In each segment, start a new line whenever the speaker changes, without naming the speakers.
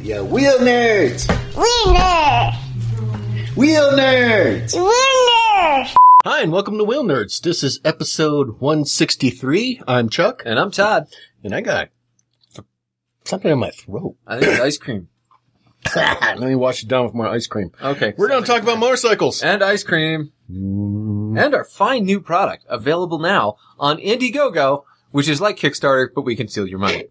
Yeah, wheel nerds!
Winner!
Wheel nerds!
Winner!
Hi, and welcome to Wheel Nerds. This is episode 163. I'm Chuck.
And I'm Todd.
And I got th- something in my throat.
I think it's ice cream.
Ah, Let me wash it down with more ice cream. Uh,
Okay.
We're going to talk about motorcycles.
and ice cream and our fine new product available now on Indiegogo, which is like Kickstarter, but we can steal your money.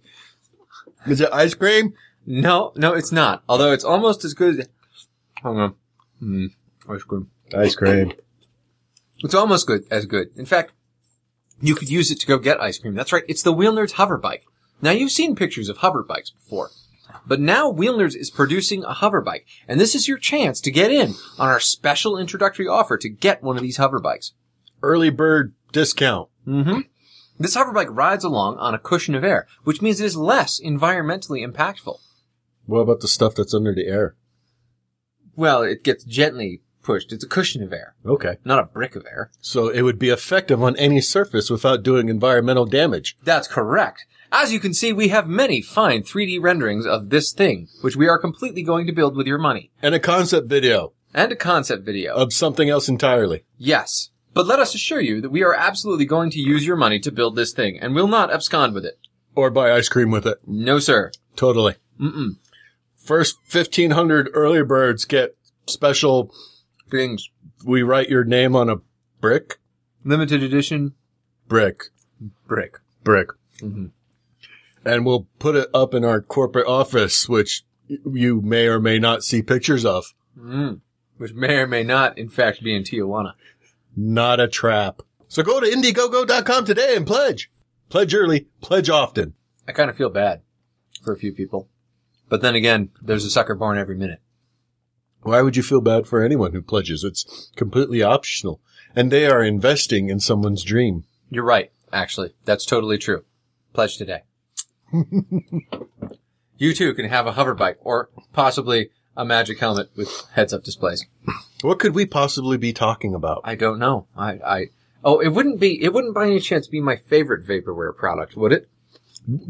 Is it ice cream?
No, no, it's not. Although it's almost as good. Hang on. Mm, ice cream.
Ice cream.
It's almost good as good. In fact, you could use it to go get ice cream. That's right. It's the Wheel Nerds hover bike. Now you've seen pictures of hover bikes before. But now Wheel Nerds is producing a hover bike, and this is your chance to get in on our special introductory offer to get one of these hover bikes.
Early bird discount.
Mm-hmm. This hoverbike rides along on a cushion of air, which means it is less environmentally impactful.
What about the stuff that's under the air?
Well, it gets gently pushed. It's a cushion of air,
Okay.
not a brick of air.
So it would be effective on any surface without doing environmental damage.
That's correct. As you can see, we have many fine 3D renderings of this thing, which we are completely going to build with your money.
And a concept video
And a concept video.
of something else entirely.
Yes. But let us assure you that we are absolutely going to use your money to build this thing, and will not abscond with it.
Or buy ice cream with it.
No, sir.
Totally.
Mm-mm.
First 1500 early birds get special
Things.
we write your name on a brick,
Limited edition.
brick,
Brick.
brick.
Mhm.
And we'll put it up in our corporate office, which you may or may not see pictures of.
Mm. Which may or may not, in fact, be in Tijuana.
Not a trap. So go to Indiegogo.com today and pledge. Pledge early, pledge often.
I kind of feel bad for a few people. But then again, there's a sucker born every minute.
Why would you feel bad for anyone who pledges? It's completely optional. And they are investing in someone's dream.
You're right, actually. That's totally true. Pledge today. you too can have a hover bike or possibly a magic helmet with heads up displays.
What could we possibly be talking about?
I don't know. I, I, oh, it wouldn't be, it wouldn't by any chance be my favorite vaporware product, would it?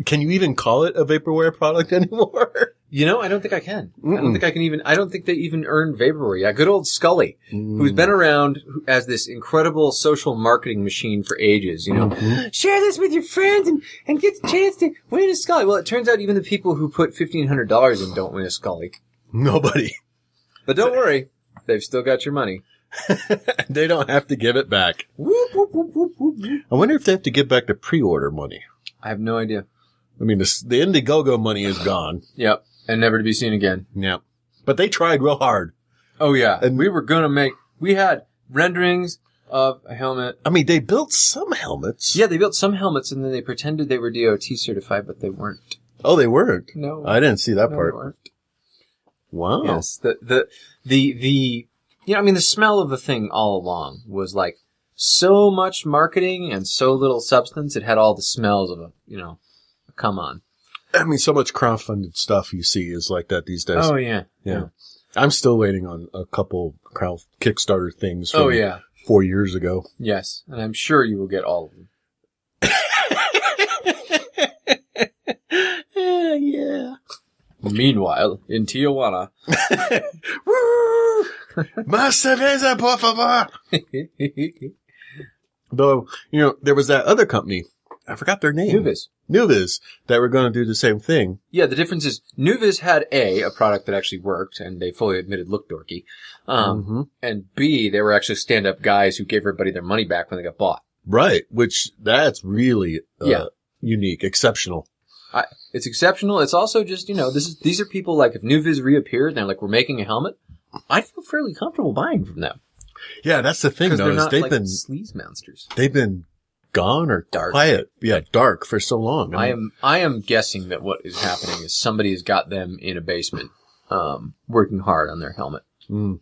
Can you even call it a vaporware product anymore?
You know, I don't think I can. I
Mm-mm.
don't think I can even. I don't think they even earned vaporware. Yeah, good old Scully, who's been around as this incredible social marketing machine for ages. You know, share this with your friends and and get the chance to win a Scully. Well, it turns out even the people who put fifteen hundred dollars in don't win a Scully.
Nobody.
But don't worry, they've still got your money.
they don't have to give it back.
Whoop, whoop, whoop, whoop, whoop, whoop.
I wonder if they have to give back the pre-order money.
I have no idea.
I mean, this, the Indiegogo money is gone.
Yep, and never to be seen again.
Yeah. But they tried real hard.
Oh yeah,
And-
and we were gonna make. We had renderings of a helmet
I mean, they built some helmets.
Yeah, they built some helmets and then they pretended they were DOT certified, but they weren't.
Oh, they weren't.
No,
I didn't see that
no, they
part.
weren't.
Wow.
Yes, the the the the you know, I mean, the smell of the thing all along was like so much marketing and so little substance. It had all the smells of a you know, come on.
I mean, so much crowdfunded stuff you see is like that these days.
Oh yeah,
yeah. I'm still waiting on a couple crowd Kickstarter things from
Oh yeah,
four years ago.
yes, and I'm sure you will get all of them. Eh,
yeah.
Meanwhile, in Tijuana,
Woo! Más cerveza, por favor!
Nubis.
Though, you know, there was that other company. I forgot their name. Nuvis that were going to do the same thing.
Yeah, the difference is Nuvis had a a product that actually worked, and they fully admitted looked dorky. Um,
Mhm.
and B, they were actually stand up guys who gave everybody their money back when they got bought.
Right. Which that's really uh,
Yeah.
unique, exceptional.
I, it's exceptional. It's also just, you know, this is, these are people like if Nuvis reappeared and they're like, we're making a helmet, I feel fairly comfortable buying from them.
Yeah, that's the thing
Because
though.
they're
is
not
they've
like
been
sleaze monsters.
they've been gone or
Dark.
quiet. Yeah, dark for so long.
I am, I am guessing that what is happening is somebody has got them in a basement, um, working hard on their helmet.
Mm.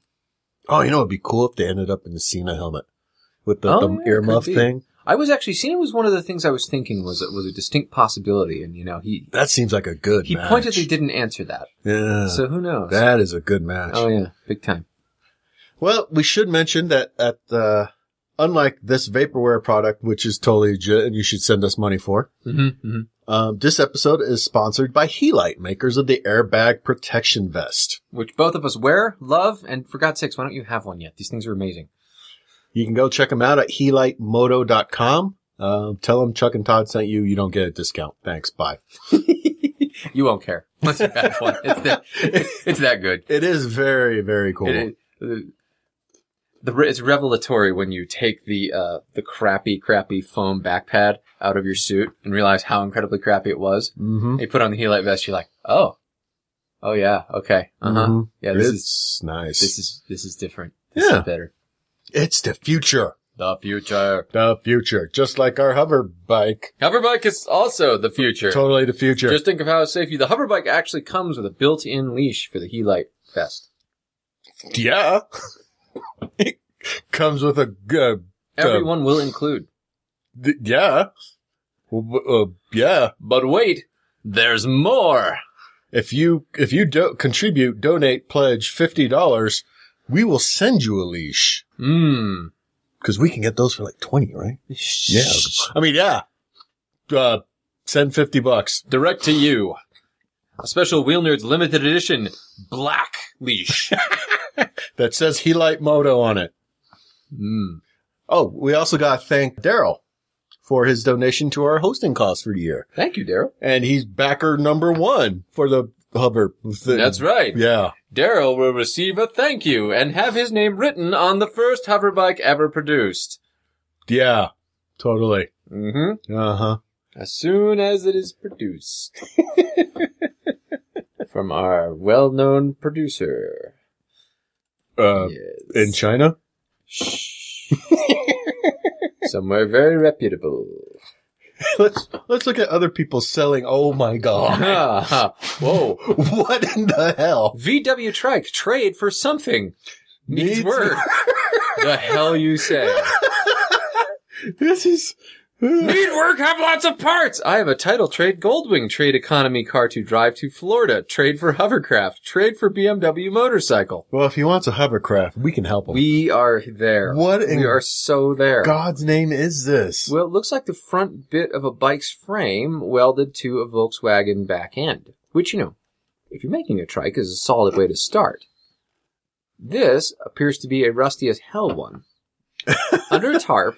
Oh, you know, it'd be cool if they ended up in the Cena helmet with the,
Oh,
the
yeah, could
earmuff
be.
thing.
I was actually, Cena was one of the things I was thinking was, was a distinct possibility. And, you know, he,
That seems like a good.
he
match.
pointedly didn't answer that.
Yeah,
So who knows?
that is a good match.
oh yeah, big time.
Well, we should mention that at uh, the unlike this vaporware product, which is totally legit and you should send us money for.
Mm-hmm, mm-hmm.
Um, this episode is sponsored by Helite, makers of the airbag protection vest.
which both of us wear, love, and for God's sakes, why don't you have one yet? These things are amazing.
You can go check them out at helitemoto.com. Um, tell them Chuck and Todd sent you. You don't get a discount. Thanks. Bye.
You won't care unless you have one. It's that, it's that good.
It is very, very cool.
It, is- the, it's revelatory when you take the uh, the crappy, crappy foam backpad out of your suit and realize how incredibly crappy it was.
Mm-hmm.
You put on the helite vest, you're like, oh, oh yeah, okay, uh huh,
Mhm.
yeah. This is
it's nice.
this is this is different. This
Yeah.
is better.
it's the future.
The future.
The future. Just like our hover bike.
Hover bike is also the future.
Totally the future.
Just think of how safe you. The hover bike actually comes with a built-in leash for the helite vest.
yeah. it comes with a good,
Everyone will include.
th- yeah. W- w- Uh, yeah.
But wait, there's more.
If you, if you do- contribute, donate, pledge $50, we will send you a leash.
Mmm.
Cause we can get those for like 20, right? Yeah. I mean, yeah. Uh, send 50 bucks.
Direct to you. A special Wheel Nerds limited edition black leash.
That says He Light Moto on it.
Mmm.
Oh, we also got to thank Daryl for his donation to our hosting costs for the year.
Thank you, Daryl.
And he's backer number one for the hover thing.
That's right.
Yeah.
Daryl will receive a thank you and have his name written on the first hover bike ever produced.
Yeah. Totally.
Mm-hmm.
Uh huh.
As soon as it is produced. From our well-known producer.
Uh,
yes.
in China?
Shh. Somewhere very reputable.
let's, let's look at other people selling. Oh my God.
Whoa.
what in the hell?
VW Trike trade for something needs
Needs-
work. the hell you say?
This is.
Need work, have lots of parts. I have a title trade Goldwing, trade economy car to drive to Florida, trade for hovercraft, trade for BMW motorcycle.
Well, if he wants a hovercraft, we can help him.
We are there.
What in
We are so there.
God's name is this?
Well, it looks like the front bit of a bike's frame welded to a Volkswagen back end, which, you know, if you're making a trike, is a solid way to start. This appears to be a rusty as hell one. Under a tarp,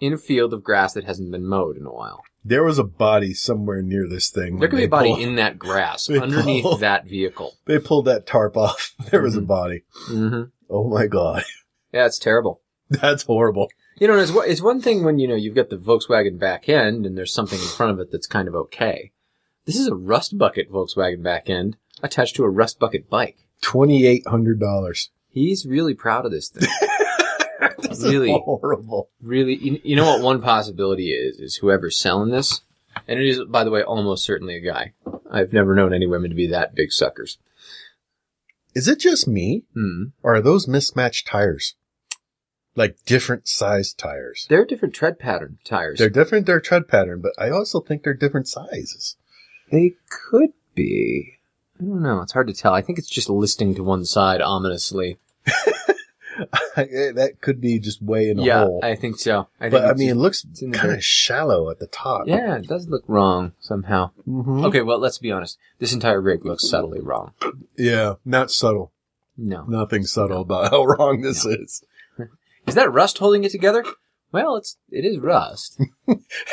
in a field of grass that hasn't been mowed in a while.
There was a body somewhere near this thing.
There
when
could be
they
a body
pulled-
in that grass
They
underneath
pull-
that vehicle.
They pulled that tarp off. There was a
Mhm.
body.
Mm-hmm.
Oh my god,
Yeah, it's terrible.
that's horrible.
You know, it's, one- it's one thing when, you know, you've got the Volkswagen back end and there's something in front of it that's kind of okay. This is a rust bucket Volkswagen back end attached to a rust bucket bike.
Twenty eight hundred dollars.
He's really proud of this thing. really,
horrible.
really. You, you know what one possibility is, is whoever's selling this, and it is, by the way, almost certainly a guy. I've never known any women to be that big suckers.
Is it just me,
Hmm.
or are those mismatched tires? Like different sized tires.
They're different tread pattern tires.
They're different. Their tread pattern, but I also think they're different sizes.
They could be. I don't know. It's hard to tell. I think it's just listing to one side ominously.
eh, that could be just way in a
yeah,
hole.
I think so. I think
but I
it's-
mean, it looks
it's in the
kind
dirt.
of shallow at the top.
yeah, it does look wrong somehow.
Mhm.
Okay, well, let's be honest. This entire rig looks subtly wrong.
Yeah. Not subtle.
No,
Nothing subtle about how wrong this is.
is that rust holding it together? Well, it's it is rust.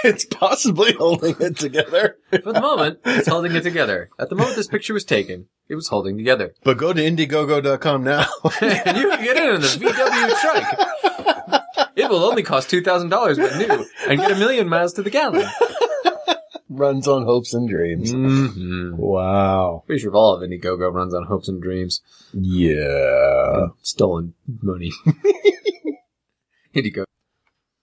It's possibly holding it together.
For the moment, it's holding it together. At the moment this picture was taken, it was holding together.
But go to Indiegogo.com now.
and you can get in on the VW trike. It will only cost two thousand dollars when new, and get a million miles to the gallon.
Runs on hopes and dreams.
Mm-hmm.
Wow.
Pretty sure all of Indiegogo runs on hopes and dreams
Yeah.
and uh, stolen money. Indiegogo.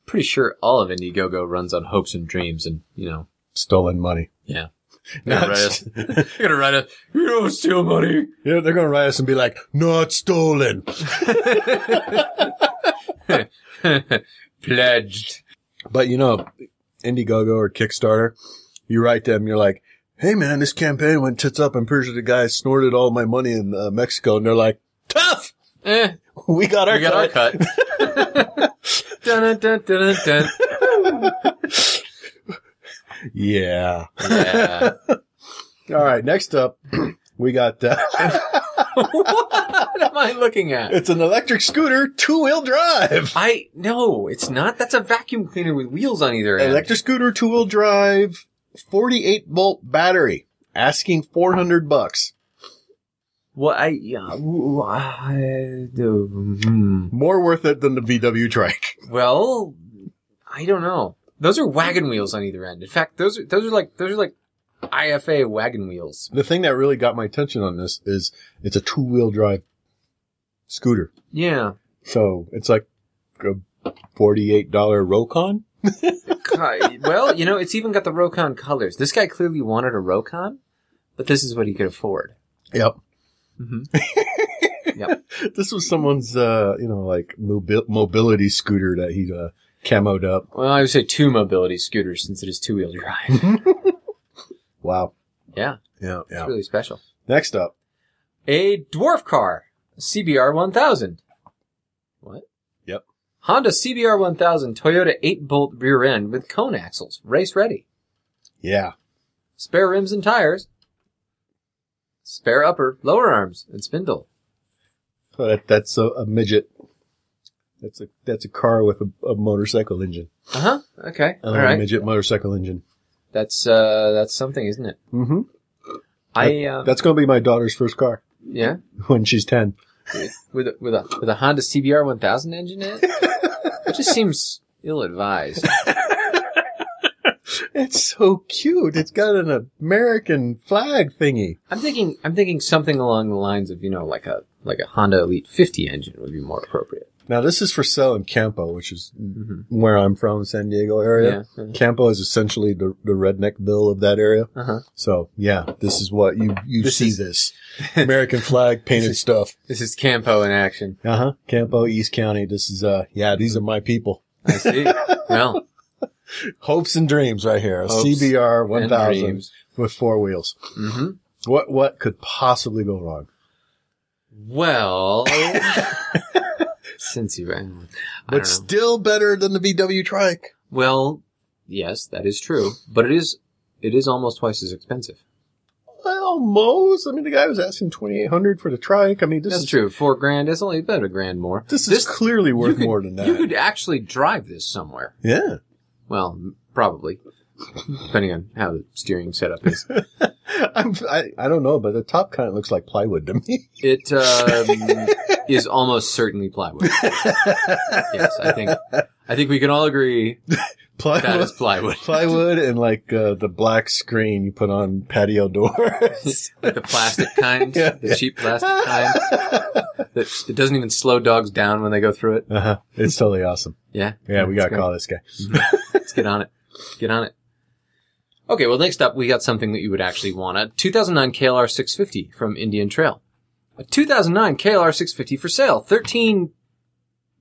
Pretty sure all of Indiegogo runs on hopes and dreams, and you know,
Stolen money.
yeah. You're
Not
gonna write us. You're gonna write us. You don't steal money.
Yeah, they're going to write us and be like, not stolen.
Pledged.
But you know, Indiegogo or Kickstarter, you write them, you're like, hey man, this campaign went tits up. I'm pretty sure the guy snorted all my money in uh, Mexico. And they're like, tough.
Eh,
We got our
we got our
cut.
cut. dun, dun, dun, dun, dun.
Yeah.
Yeah.
All right. Next up, we got, uh,
what am I looking at?
it's an electric scooter, two wheel drive.
I no, it's not. That's a vacuum cleaner with wheels on either end.
Electric scooter, two wheel drive, 48 volt battery, asking 400 bucks.
Well, I yeah. ooh, I- hmm.
More worth it than the VW trike.
Well, I don't know. Those are wagon wheels on either end. In fact, those are those are like those are like IFA wagon wheels.
The thing that really got my attention on this is it's a two wheel drive scooter.
Yeah.
So it's like a $48 Rokon.
Ki- well, you know, it's even got the Rokon colors. This guy clearly wanted a Rokon, but this is what he could afford.
Yep.
Mm-hmm.
This was someone's, uh, you know, like mobi- mobility scooter that he, uh, camoed up.
Well, I would say two mobility scooters since it is two wheel drive.
Wow.
yeah,
Yeah. Yeah.
it's really special.
Next up.
A dwarf car, a CBR 1000. What?
Yep.
Honda CBR 1000 Toyota 8 bolt rear end with cone axles, race ready.
Yeah.
Spare rims and tires. Spare upper, lower arms, and spindle.
So Oh, that, that's a, a midget. That's a, that's a car with a, a motorcycle engine.
Uh huh. Okay. All
Another
right.
midget motorcycle engine.
That's uh, that's something, isn't it?
Mm-hmm.
I uh,
That's going to be my daughter's first car
yeah,
when she's 10.
with a, with a with a Honda CBR 1000 engine in it. it just seems ill advised.
It's so cute. It's got an American flag thingy.
I'm thinking I'm thinking something along the lines of you know like a like a Honda Elite 50 engine would be more appropriate.
Now this is for sale in Campo, which is
Mm-hmm.
where I'm from, San Diego area.
Yeah.
Campo is essentially the, the redneck bill of that area.
Uh huh.
So yeah, this is what you, you
This
see
is-
this American flag painted stuff.
This is Campo in action.
Uh huh. Campo, East County. This is, uh, yeah, these are my people.
I see. well,
Hopes and dreams right here. A
Hopes
CBR
and
1000
dreams.
with four wheels.
Mm-hmm.
What, what could possibly go wrong?
Well, since you, I don't know.
But still better than the VW trike.
Well, yes, that is true, but it is it is almost twice as expensive.
Well, Moe's. I mean, the guy was asking 2800 for the trike. I mean, this
That's
is,
true. Four grand. It's only about a grand more.
This is clearly
you
worth
could-
more than that.
You could actually drive this somewhere.
yeah.
Well, m- probably, depending on how the steering setup is.
I'm, I, I don't know, but the top kind of looks like plywood to me.
It um, is almost certainly plywood. Yes, I think I think we can all agree
plywood.
that is plywood.
plywood and like uh, the black screen you put on patio doors.
Like the plastic kind,
Yeah.
the cheap plastic kind that it doesn't even slow dogs down when they go through it.
Uh-huh. It's totally awesome.
Yeah,
Yeah, we
That's
gotta
great.
call this guy.
Let's get on it. Get on it. Okay, well, next up, we got something that you would actually want a 2009 KLR 650 from Indian Trail. A 2009 KLR 650 for sale, 13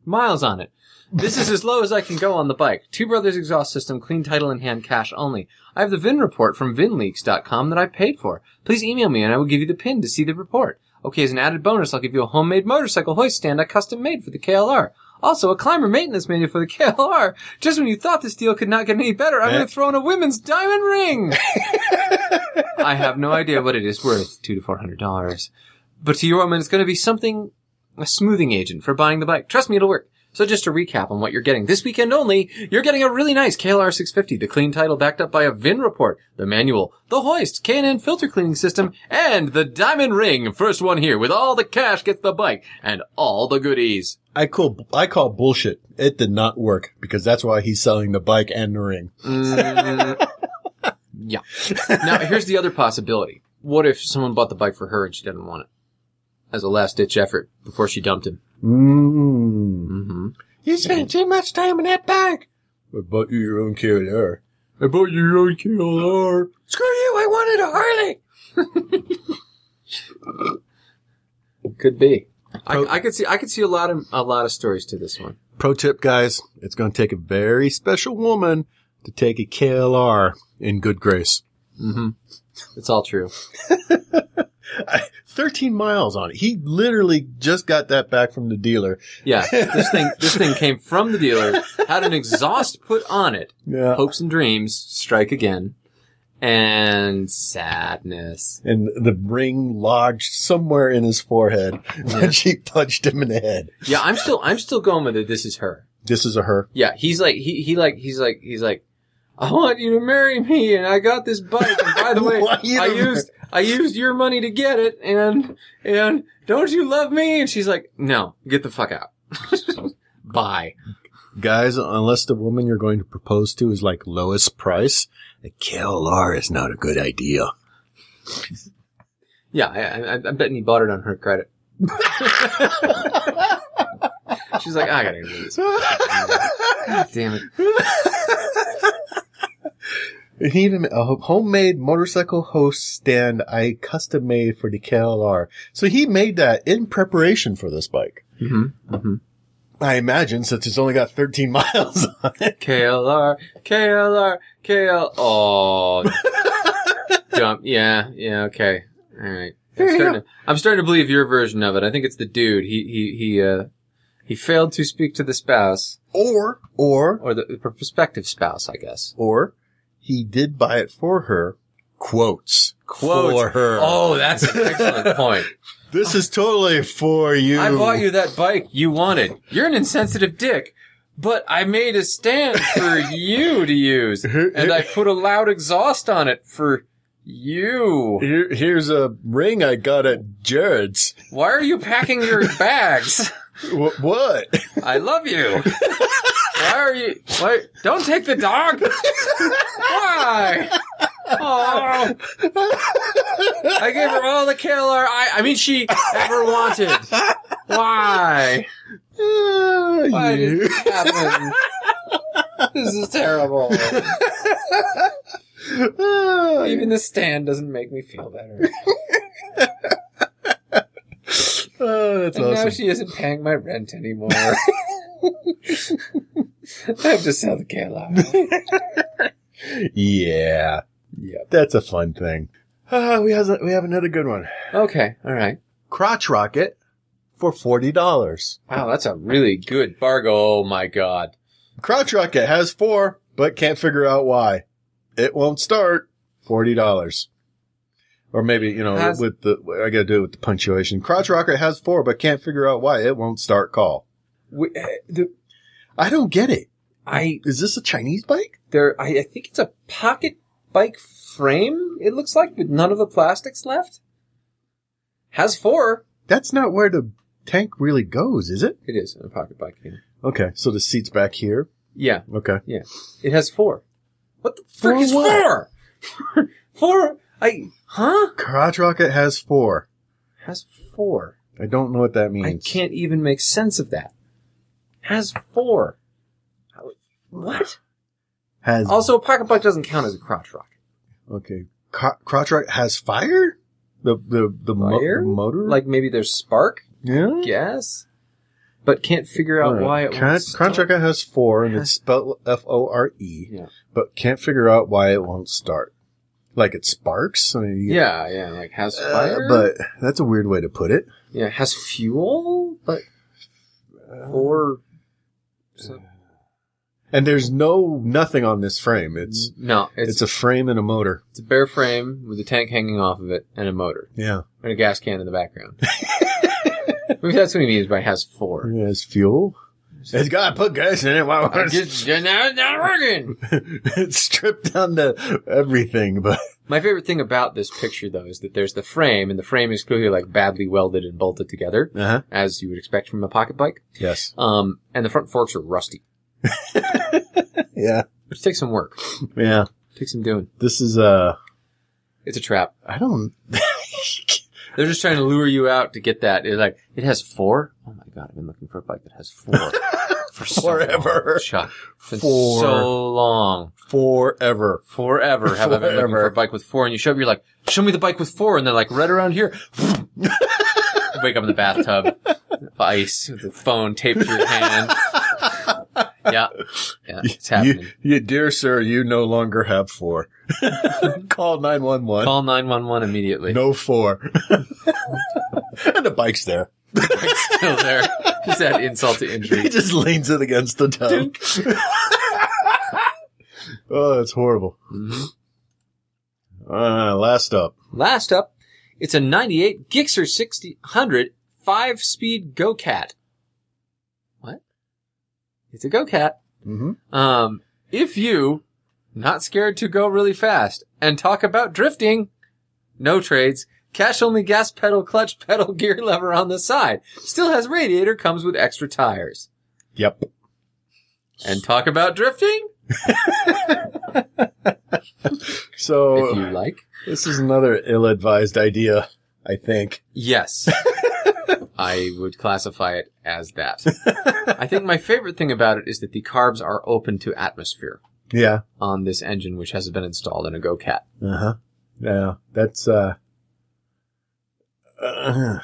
miles on it. This is as low as I can go on the bike. Two Brothers exhaust system, clean title in hand, cash only. I have the VIN report from VINLeaks.com that I paid for. Please email me and I will give you the pin to see the report. Okay, as an added bonus, I'll give you a homemade motorcycle hoist stand I custom made for the KLR. Also, a climber maintenance manual for the KLR. Just when you thought this deal could not get any better, I'm
Eh.
going to throw in a women's diamond ring. I have no idea what it is worth, two to four hundred dollars. But to your woman, it's going to be something, a smoothing agent for buying the bike. Trust me, it'll work. So just to recap on what you're getting this weekend only, you're getting a really nice KLR 650, the clean title backed up by a VIN report, the manual, the hoist, K&N filter cleaning system, and the diamond ring. First one here with all the cash gets the bike and all the goodies.
I call I call bullshit. It did not work because that's why he's selling the bike and the ring.
Mm, yeah. Now here's the other possibility. What if someone bought the bike for her and she didn't want it? As a last ditch effort before she dumped him.
Mm.
Mm-hmm.
You spent too much time on that bike. I bought you your own KLR.
I bought you your own KLR.
Screw you! I wanted a Harley.
Could be. I,
Pro-
I could see. I could see a lot of a lot of stories to this one.
Pro tip, guys: It's going to take a very special woman to take a KLR in good grace.
Mm-hmm. It's all true.
I- 13 miles on it. He literally just got that back from the dealer.
Yeah, this thing this thing came from the dealer, had an exhaust put on it.
Yeah.
Hopes and dreams strike again, and sadness.
And the ring lodged somewhere in his forehead when she punched him in the head.
Yeah, I'm still I'm still going with it. This is her.
This is a her.
Yeah, he's like he he like he's like he's like. I want you to marry me, and I got this bike. And by the way,
Want you to
I
mar-
used I used your money to get it, and and don't you love me? And she's like, No, get the fuck out. Bye.
Guys, unless the woman you're going to propose to is like lowest price, a KLR is not a good idea.
Yeah, I, I, I'm betting he bought it on her credit. She's like, I gotta do this. God damn it.
We need a a homemade motorcycle host stand I custom made for the KLR. So he made that in preparation for this bike.
Mm-hmm. Mm-hmm.
I imagine since it's only got 13 miles on it.
KLR, KLR, KL. Oh, jump. Yeah, yeah. Okay. All right. I'm
There you
starting, to, I'm starting to believe your version of it. I think it's the dude. He he he. Uh, he failed to speak to the spouse
Or, or,
or the, the prospective spouse, I guess.
or he did buy it for her. Quotes.
Quotes.
For her.
Oh, that's an excellent point.
This is totally for you.
I bought you that bike you wanted. You're an insensitive dick. But I made a stand for you to use, and I put a loud exhaust on it for you.
Here, here's a ring I got at Jared's.
Why are you packing your bags?
Wh- what?
I love you. Why are you? Why? Don't take the dog. Why? Oh, I gave her all the killer I, I mean she ever wanted. Why? Why did
you.
this happen? This is terrible.
Ah,
Even the stand doesn't make me feel better.
Oh, that's
And now
awesome.
she isn't paying my rent anymore. I have to sell the KLR.
yeah.
Yep.
That's a fun thing. Ah, we have we have another good one.
Okay, alright.
Crotch rocket for forty dollars.
Wow, that's a really good bargain. Oh my god.
Crotch rocket has four, but can't figure out why. It won't start. Forty dollars. Or maybe you know
Has-
with the I got to do it with the punctuation. Crotch rocket has four, but can't figure out why it won't start. Call.
We, uh, the,
I don't get it.
I
Is this a Chinese bike?
there. I, I think it's a pocket bike frame. It looks like with none of the plastics left. Has four.
That's not where the tank really goes, is it?
It is a pocket bike. Yeah.
Okay, so the seat's back here.
yeah.
Okay.
Yeah. It has four. What the frick
For
is
what?
four? four? I huh?
Crotch rocket has four.
Has four.
I don't know what that means.
I can't even make sense of that. Has four. How- What?
Has
Also, a pocket bike doesn't count as a crotch rocket.
Okay. Cro- crotch rock has fire? The the the, mo-
Fire?
the motor?
Like maybe there's spark.
yeah.
Guess, but can't figure out
Alright.
why it
Cron-
won't start.
Crotch rock has four and it's spelled F O R E,
Yeah.
but can't figure out why it won't start. Like it sparks. I mean, you-
yeah, yeah, like has
Uh,
fire,
but that's a weird way to put it.
yeah, has fuel, but or
And there's no nothing on this frame. It's
no,
it's,
Mm, it's,
a frame and a motor.
it's a bare frame with a tank hanging off of it and a motor
Yeah.
and a gas can in the background. Maybe that's what he means by has four.
It has fuel. It's got to put gas in it. Why
I
won't it?
just now it's not working.
it's stripped down to everything, but
My favorite thing about this picture, though, is that there's the frame, and the frame is clearly like badly welded and bolted together,
uh-huh.
as you would expect from a pocket bike.
yes.
Um, and the front forks are rusty,
Yeah.
which takes some work.
Yeah.
Takes some doing.
This is uh
It's a trap.
I don't
They're just trying to lure you out to get that. It's like, it has four? Oh my god, I've been looking for a bike that has four. for so
Forever.
Long, Chuck. It's been
Four.
so long.
forever.
Forever have I been looking for
Forever.
a bike with four and you show up, you're like, show me the bike with four and they're like, right around here. Wake up in the bathtub. Ice with the phone taped to your hand. yeah. Yeah. It's happening.
You, you, dear sir, you no longer have four. Call 911.
Call 911 immediately.
No four. and the bike's there.
It's still there. Just add insult to
He
injury.
just leans it against the tank. oh, that's horrible.
Mhm. Mm-hmm.
Uh, last up.
Last up, it's a 98 Gixxer 600 five speed Go Cat. What? It's a Go Cat.
Mm-hmm.
Um, if you not scared to go really fast and talk about drifting, no trades, cash only gas pedal, clutch pedal, gear lever on the side. Still has radiator, comes with extra tires.
Yep.
And talk about drifting if you
So
like.
this is another ill-advised idea, I think.
Yes. I would classify it as that. I think my favorite thing about it is that the carbs are open to atmosphere
Yeah.
on this engine, which has been installed in a Go Cat.
Uh huh. Yeah. That's uh. uh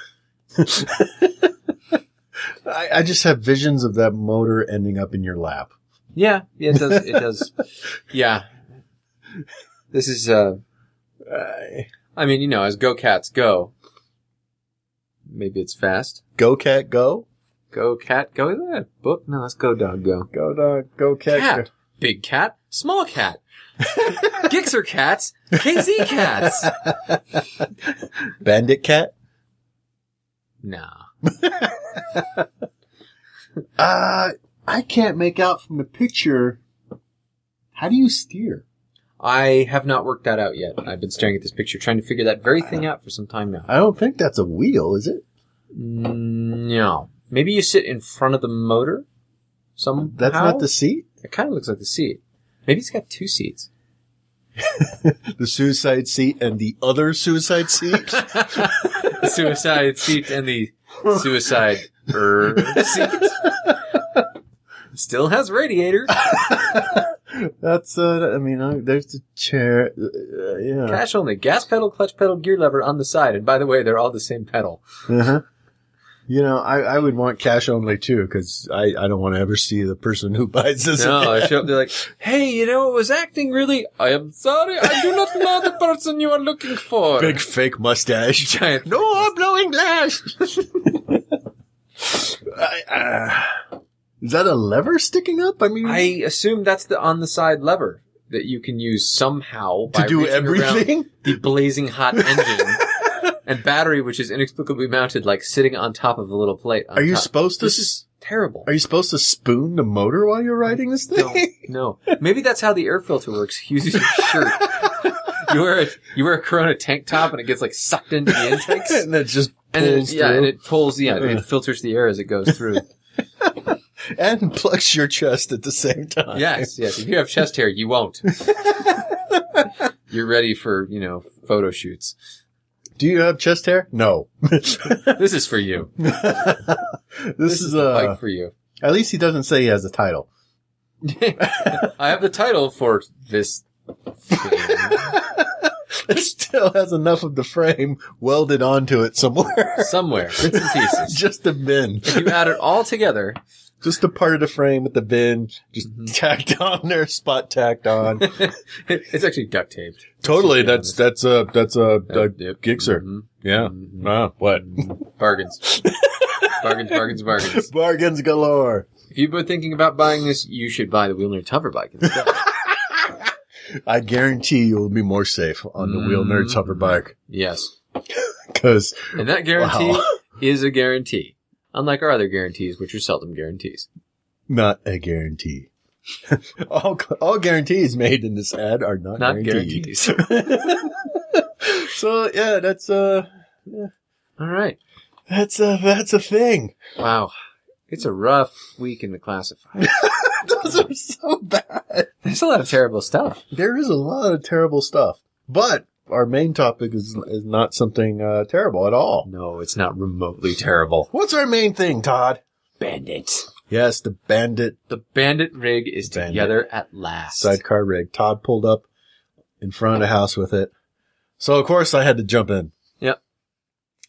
I, I just have visions of that motor ending up in your lap.
Yeah, yeah, it does. It does. yeah. This is, uh,
Uh,
I mean, you know, as Go Cats go, maybe it's fast.
go cat, go.
Go Cat, go. Is that a book? No, that's Go Dog, go.
Go dog, go cat.
Cat. Big cat, small cat. Gixxer cats, KZ cats.
go. Bandit cat.
Nah.
Uh, I can't make out from the picture. How do you steer?
I have not worked that out yet. I've been staring at this picture, trying to figure that very thing out for some time now.
I don't think that's a wheel, is it?
No. Maybe you sit in front of the motor? Somehow?
That's not the seat.
It kind of looks like the seat. Maybe it's got two seats.
The suicide seat and the other suicide seat.
The suicide seat and the suicide er seat. Still has radiator.
That's uh, I mean, uh, there's the chair. Uh, yeah.
Cash only. Gas pedal, clutch pedal, gear lever on the side. And by the way, they're all the same pedal.
Uh-huh. You know, I, I would want cash only too, because I, I don't want to ever see the person who buys this.
No,
again.
I show up. They're like, "Hey, you know, it was acting really. I am sorry, I do not know the person you are looking for."
big fake mustache.
giant.
no, I'm blowing glass. I, uh, is that a lever sticking up? I mean,
I assume that's the on the side lever that you can use somehow by
to do
reaching around
everything.
The blazing hot engine and battery, which is inexplicably mounted, like sitting on top of a little plate. on
Are you
top.
supposed to?
This
s-
is terrible.
Are you supposed to spoon the motor while you're riding this thing?
no, maybe that's how the air filter works. You Use your shirt. You wear a you wear a Corona tank top and it gets like sucked into the intakes.
and it just
And it,
pulls through.
yeah,
Uh-huh.
and it pulls, yeah,
Yeah.
it filters the air as it goes through.
and plucks your chest at the same time.
yes, yes. If you have chest hair, you won't. You're ready for, you know, photo shoots.
Do you have chest hair? No. this,
This is for you.
is
the
uh,
bike for you.
at least he doesn't say he has a title.
I have the title for this thing.
It still has enough of the frame welded onto it somewhere.
somewhere, bits and pieces.
just the bin.
If you add it all together,
Just the part of the frame with the bin just
Mhm.
tacked on there, spot tacked on.
it's actually duct taped.
totally.
Yeah,
That's, that's a, that's a, a
Yep, yep.
Gixxer.
Mhm.
Yeah.
Mhm.
Wow. What?
Bargains. bargains, bargains, bargains.
Bargains galore.
If you've been thinking about buying this, you should buy the Wheelner Hover Bike instead.
I guarantee you will be more safe on the Wheel Nerds
Mhm.
hover bike
yes.
because
And that guarantee
Wow.
is a guarantee. Unlike our other guarantees, which are seldom guarantees.
not a guarantee. all, all guarantees made in this ad are not,
Not
guaranteed.
guarantees.
so yeah, that's uh
All right.
that's a that's a thing.
Wow. It's a rough week in the classified.
Those are so bad.
There's a lot of terrible stuff.
There is a lot of terrible stuff, but our main topic is is not something uh, terrible at all.
No, it's not remotely terrible.
What's our main thing, Todd?
Bandit.
Yes, the bandit
The bandit rig is
Bandit.
together at last.
sidecar rig. Todd pulled up in front of the house with it. So of course I had to jump in.
Yep.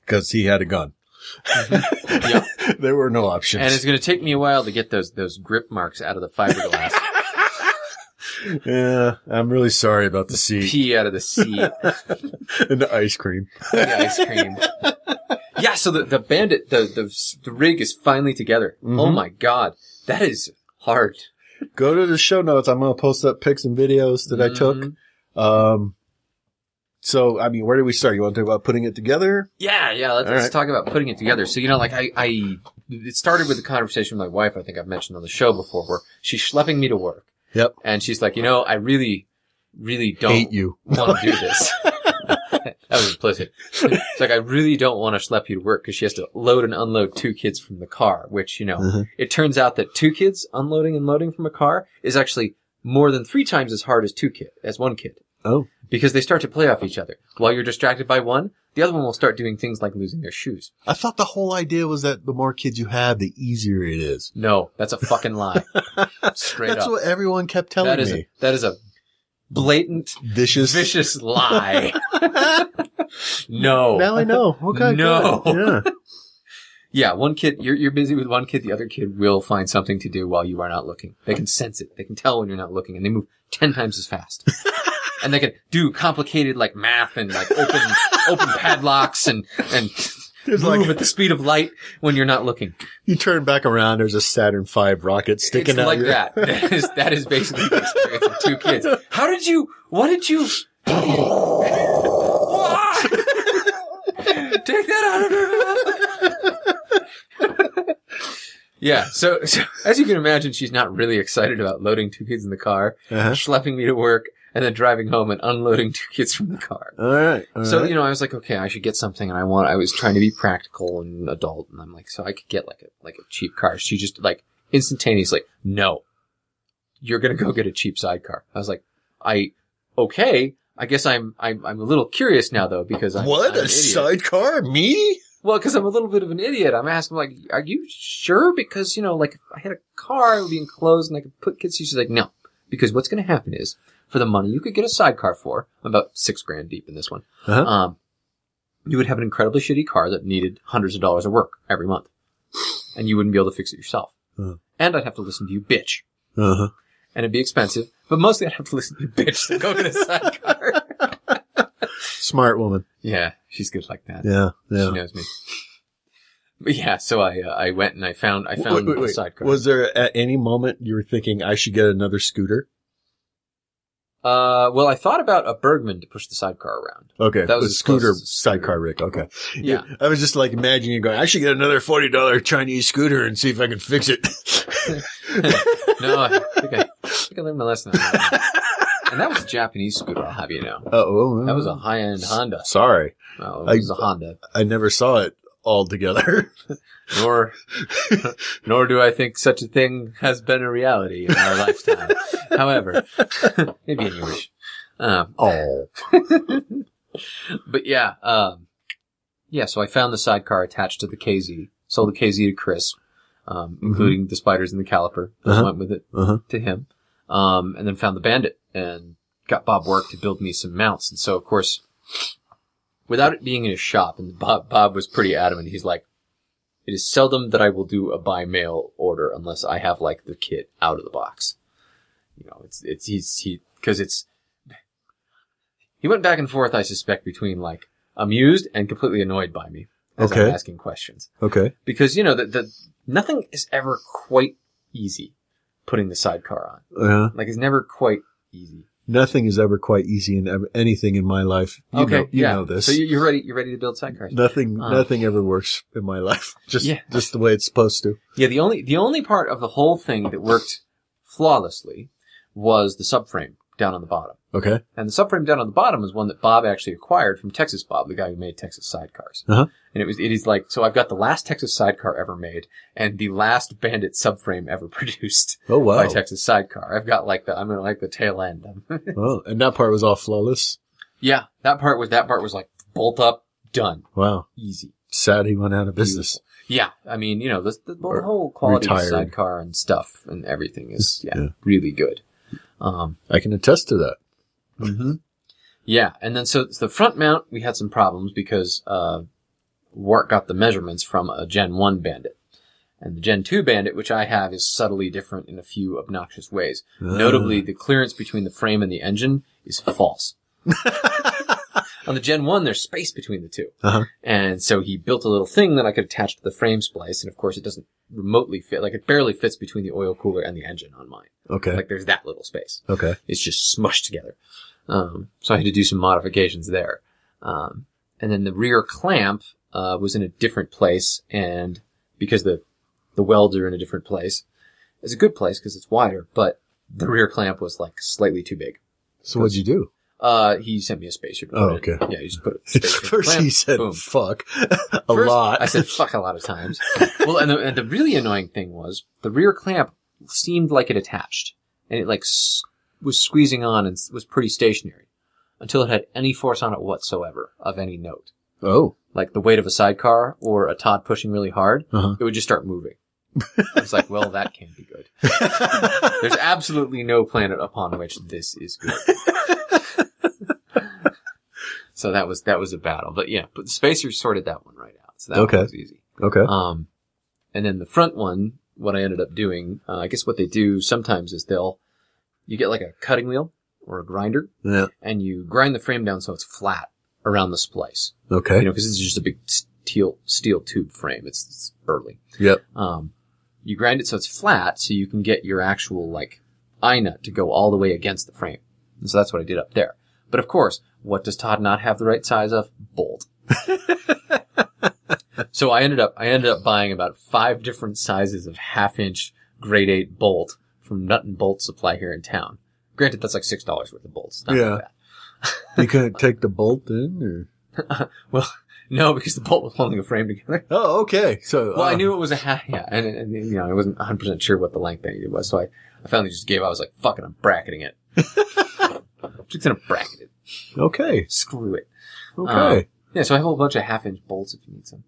Because he had a gun. there were no options.
Mm-hmm. And it's going to take me a while to get those those grip marks out of the fiberglass
yeah, I'm really sorry about the seat
pee out of the seat.
and the ice cream.
the ice cream. Yeah, so the, the bandit, the, the, the rig is finally together. Oh
Mhm.
my god. That is hard.
Go to the show notes. I'm going to post up pics and videos that I took.
Mhm.
Um, so, I mean, where do we start? You want to talk about putting it together?
Yeah, yeah, let's,
All
let's
right.
talk about putting it together. So, you know, like I, I, it started with a conversation with my wife, I think I've mentioned on the show before, where she's schlepping me to work.
Yep.
And she's like, you know, I really, really don't
Hate you.
want to do this. that was implicit. It's like, I really don't want to schlep you to work because she has to load and unload two kids from the car, which, you know,
Mhm.
it turns out that two kids unloading and loading from a car is actually more than three times as hard as two kid, as one kid.
Oh.
Because they start to play off each other. While you're distracted by one, the other one will start doing things like losing their shoes.
I thought the whole idea was that the more kids you have, the easier it is.
No, that's a fucking lie. Straight
That's
up.
what everyone kept telling
That is
me.
a, that is a blatant,
Vicious.
vicious lie. no.
Now I know. Okay.
No.
good. Yeah.
Yeah, one kid, you're, you're busy with one kid, the other kid will find something to do while you are not looking. They can sense it. They can tell when you're not looking and they move 10 times as fast. and they can do complicated like math and like open, open padlocks and, and move
There's like-
at the speed of light when you're not looking.
You turn back around. There's a Saturn V rocket sticking
it's
out.
like
your-
that. That is, that is basically the experience of two kids. How did you, what did you? Take that out of her mouth. yeah. So, so as you can imagine, she's not really excited about loading two kids in the car,
Uh-huh.
schlepping me to work, and then driving home and unloading two kids from the car.
All right. all
So
right.
you know, I was like, okay, I should get something, and I want. I was trying to be practical and adult, and I'm like, so I could get like a like a cheap car. She just like instantaneously, no, you're gonna go get a cheap sidecar. I was like, I okay, I guess I'm I'm I'm a little curious now though because I'm
what
I'm an
a
idiot.
sidecar? Me?
Well, because I'm a little bit of an idiot. I'm asking, like, are you sure? Because, you know, like, if I had a car, it would be enclosed and I could put kids. She's like, no. Because what's going to happen is, for the money you could get a sidecar for, I'm about six grand deep in this one,
Uh-huh.
um, you would have an incredibly shitty car that needed hundreds of dollars of work every month. And you wouldn't be able to fix it yourself.
Uh-huh.
And I'd have to listen to you bitch.
Uh huh.
And it'd be expensive, but mostly I'd have to listen to you bitch to go get a sidecar.
Smart woman.
yeah, she's good like that.
Yeah. Yeah.
She knows me. But yeah, so I uh, I went and I found I found a sidecar.
Was there at any moment you were thinking I should get another scooter?
uh, well, I thought about a Bergman to push the sidecar around.
Okay,
That
a
was as
scooter
close as a scooter.
sidecar rig. Okay,
Yeah,
I was just like imagining you going. I should get another forty dollar Chinese scooter and see if I can fix it.
no, I think I, I think I learned my lesson. On that. one. and that was a Japanese scooter. I'll have you know,
oh,
that was a high end Honda.
sorry.
Well, it was a Honda.
I never saw it all together.
Nor nor do I think such a thing has been a reality in our lifetime. However, maybe in English. Um,
oh,
But yeah, um, yeah, so I found the sidecar attached to the KZ, sold the KZ to Chris, um, including the spiders and the caliper. Those
Uh-huh.
went with it
Uh-huh.
to him. Um, and then found the bandit and got Bob Work to build me some mounts. And so, of course, without it being in his shop, and Bob, Bob was pretty adamant, he's like, it is seldom that I will do a by mail order unless I have like the kit out of the box. You know, it's, it's, he's, he, cause it's, he went back and forth, I suspect, between like amused and completely annoyed by me as
Okay.
I'm asking questions.
okay.
Because, you know, the, the, nothing is ever quite easy putting the sidecar
Uh,
on. Like, it's never quite easy.
nothing is ever quite easy in ev- anything in my life. You
okay.
know, you
yeah.
know this.
So you- you're ready, you're ready to build sidecars.
nothing,
Uh.
nothing ever works in my life. Just,
Yeah.
just the way it's supposed to.
Yeah, the only, the only part of the whole thing that worked flawlessly was the subframe down on the bottom.
Okay.
And the subframe down on the bottom is one that Bob actually acquired from Texas Bob, the guy who made Texas sidecars.
Uh-huh.
And it was it is like so I've got the last Texas sidecar ever made and the last Bandit subframe ever produced
Oh wow.
by Texas sidecar. I've got like the I'm gonna like the tail end.
Oh, and that part was all flawless.
yeah, that part was that part was like bolt up, done,
Wow.
easy.
Sad he went out of business.
Yeah, I mean you know the the, the
Or
whole quality of
retired.
sidecar and stuff and everything is yeah,
Yeah.
really good. Um,
I can attest to that.
Yeah, and then so, so the front mount we had some problems because uh, Wart got the measurements from a Gen 1 bandit. And the Gen 2 bandit, which I have, is subtly different in a few obnoxious ways.
Uh,
Notably, the clearance between the frame and the engine is false. On the Gen 1, there's space between the two.
Uh-huh.
And so he built a little thing that I could attach to the frame splice, and of course it doesn't remotely fit, like it barely fits between the oil cooler and the engine on mine.
Okay.
Like there's that little space.
okay.
It's just smushed together. Um, so I had to do some modifications there. Um, and then the rear clamp uh, was in a different place, and because the the welds are in a different place, it's a good place because it's wider. But the rear clamp was like slightly too big.
So what'd you do?
Uh, he sent me a spacer. to
Oh,
put in.
okay.
Yeah, you just put a spacer. in the
First he
clamp,
said
boom.
fuck a
First,
lot.
I said fuck a lot of times. well, and the, and the really annoying thing was the rear clamp seemed like it attached, and it like s- was squeezing on and s- was pretty stationary until it had any force on it whatsoever of any note,
oh.
like the weight of a sidecar or a Todd pushing really hard.
Uh-huh.
It would just start moving. I was like, well, that can't be good. There's absolutely no planet upon which this is good. so that was that was a battle, but yeah, but the spacer sorted that one right out, so that
Okay.
one was easy.
Okay.
Um, and then the front one, what I ended up doing, uh, I guess what they do sometimes is they'll, you get like a cutting wheel or a grinder
Yeah.
and you grind the frame down so it's flat around the splice.
Okay.
You know, cause it's just a big steel, steel tube frame. It's, it's burly.
yep.
Um, you grind it so it's flat so you can get your actual like eye nut to go all the way against the frame. And so that's what I did up there. But of course, what does Todd not have the right size of? Bolt. so I ended up I ended up buying about five different sizes of half inch grade eight bolt from Nut and Bolt Supply here in town. Granted, that's like six dollars worth of bolts. It's Not
Yeah.
yeah. Bad.
You couldn't take the bolt in or
No, because the bolt was holding a frame together.
Oh, okay. So
Well, I
uh,
knew it was a half, yeah, and, and, and, you know, I wasn't 100% sure what the length that it was, so I, I finally just gave, I was like, fuck it, I'm bracketing it. just gonna bracket it.
Okay.
Screw it.
Okay.
Yeah, so I have a whole bunch of half inch bolts if you need some.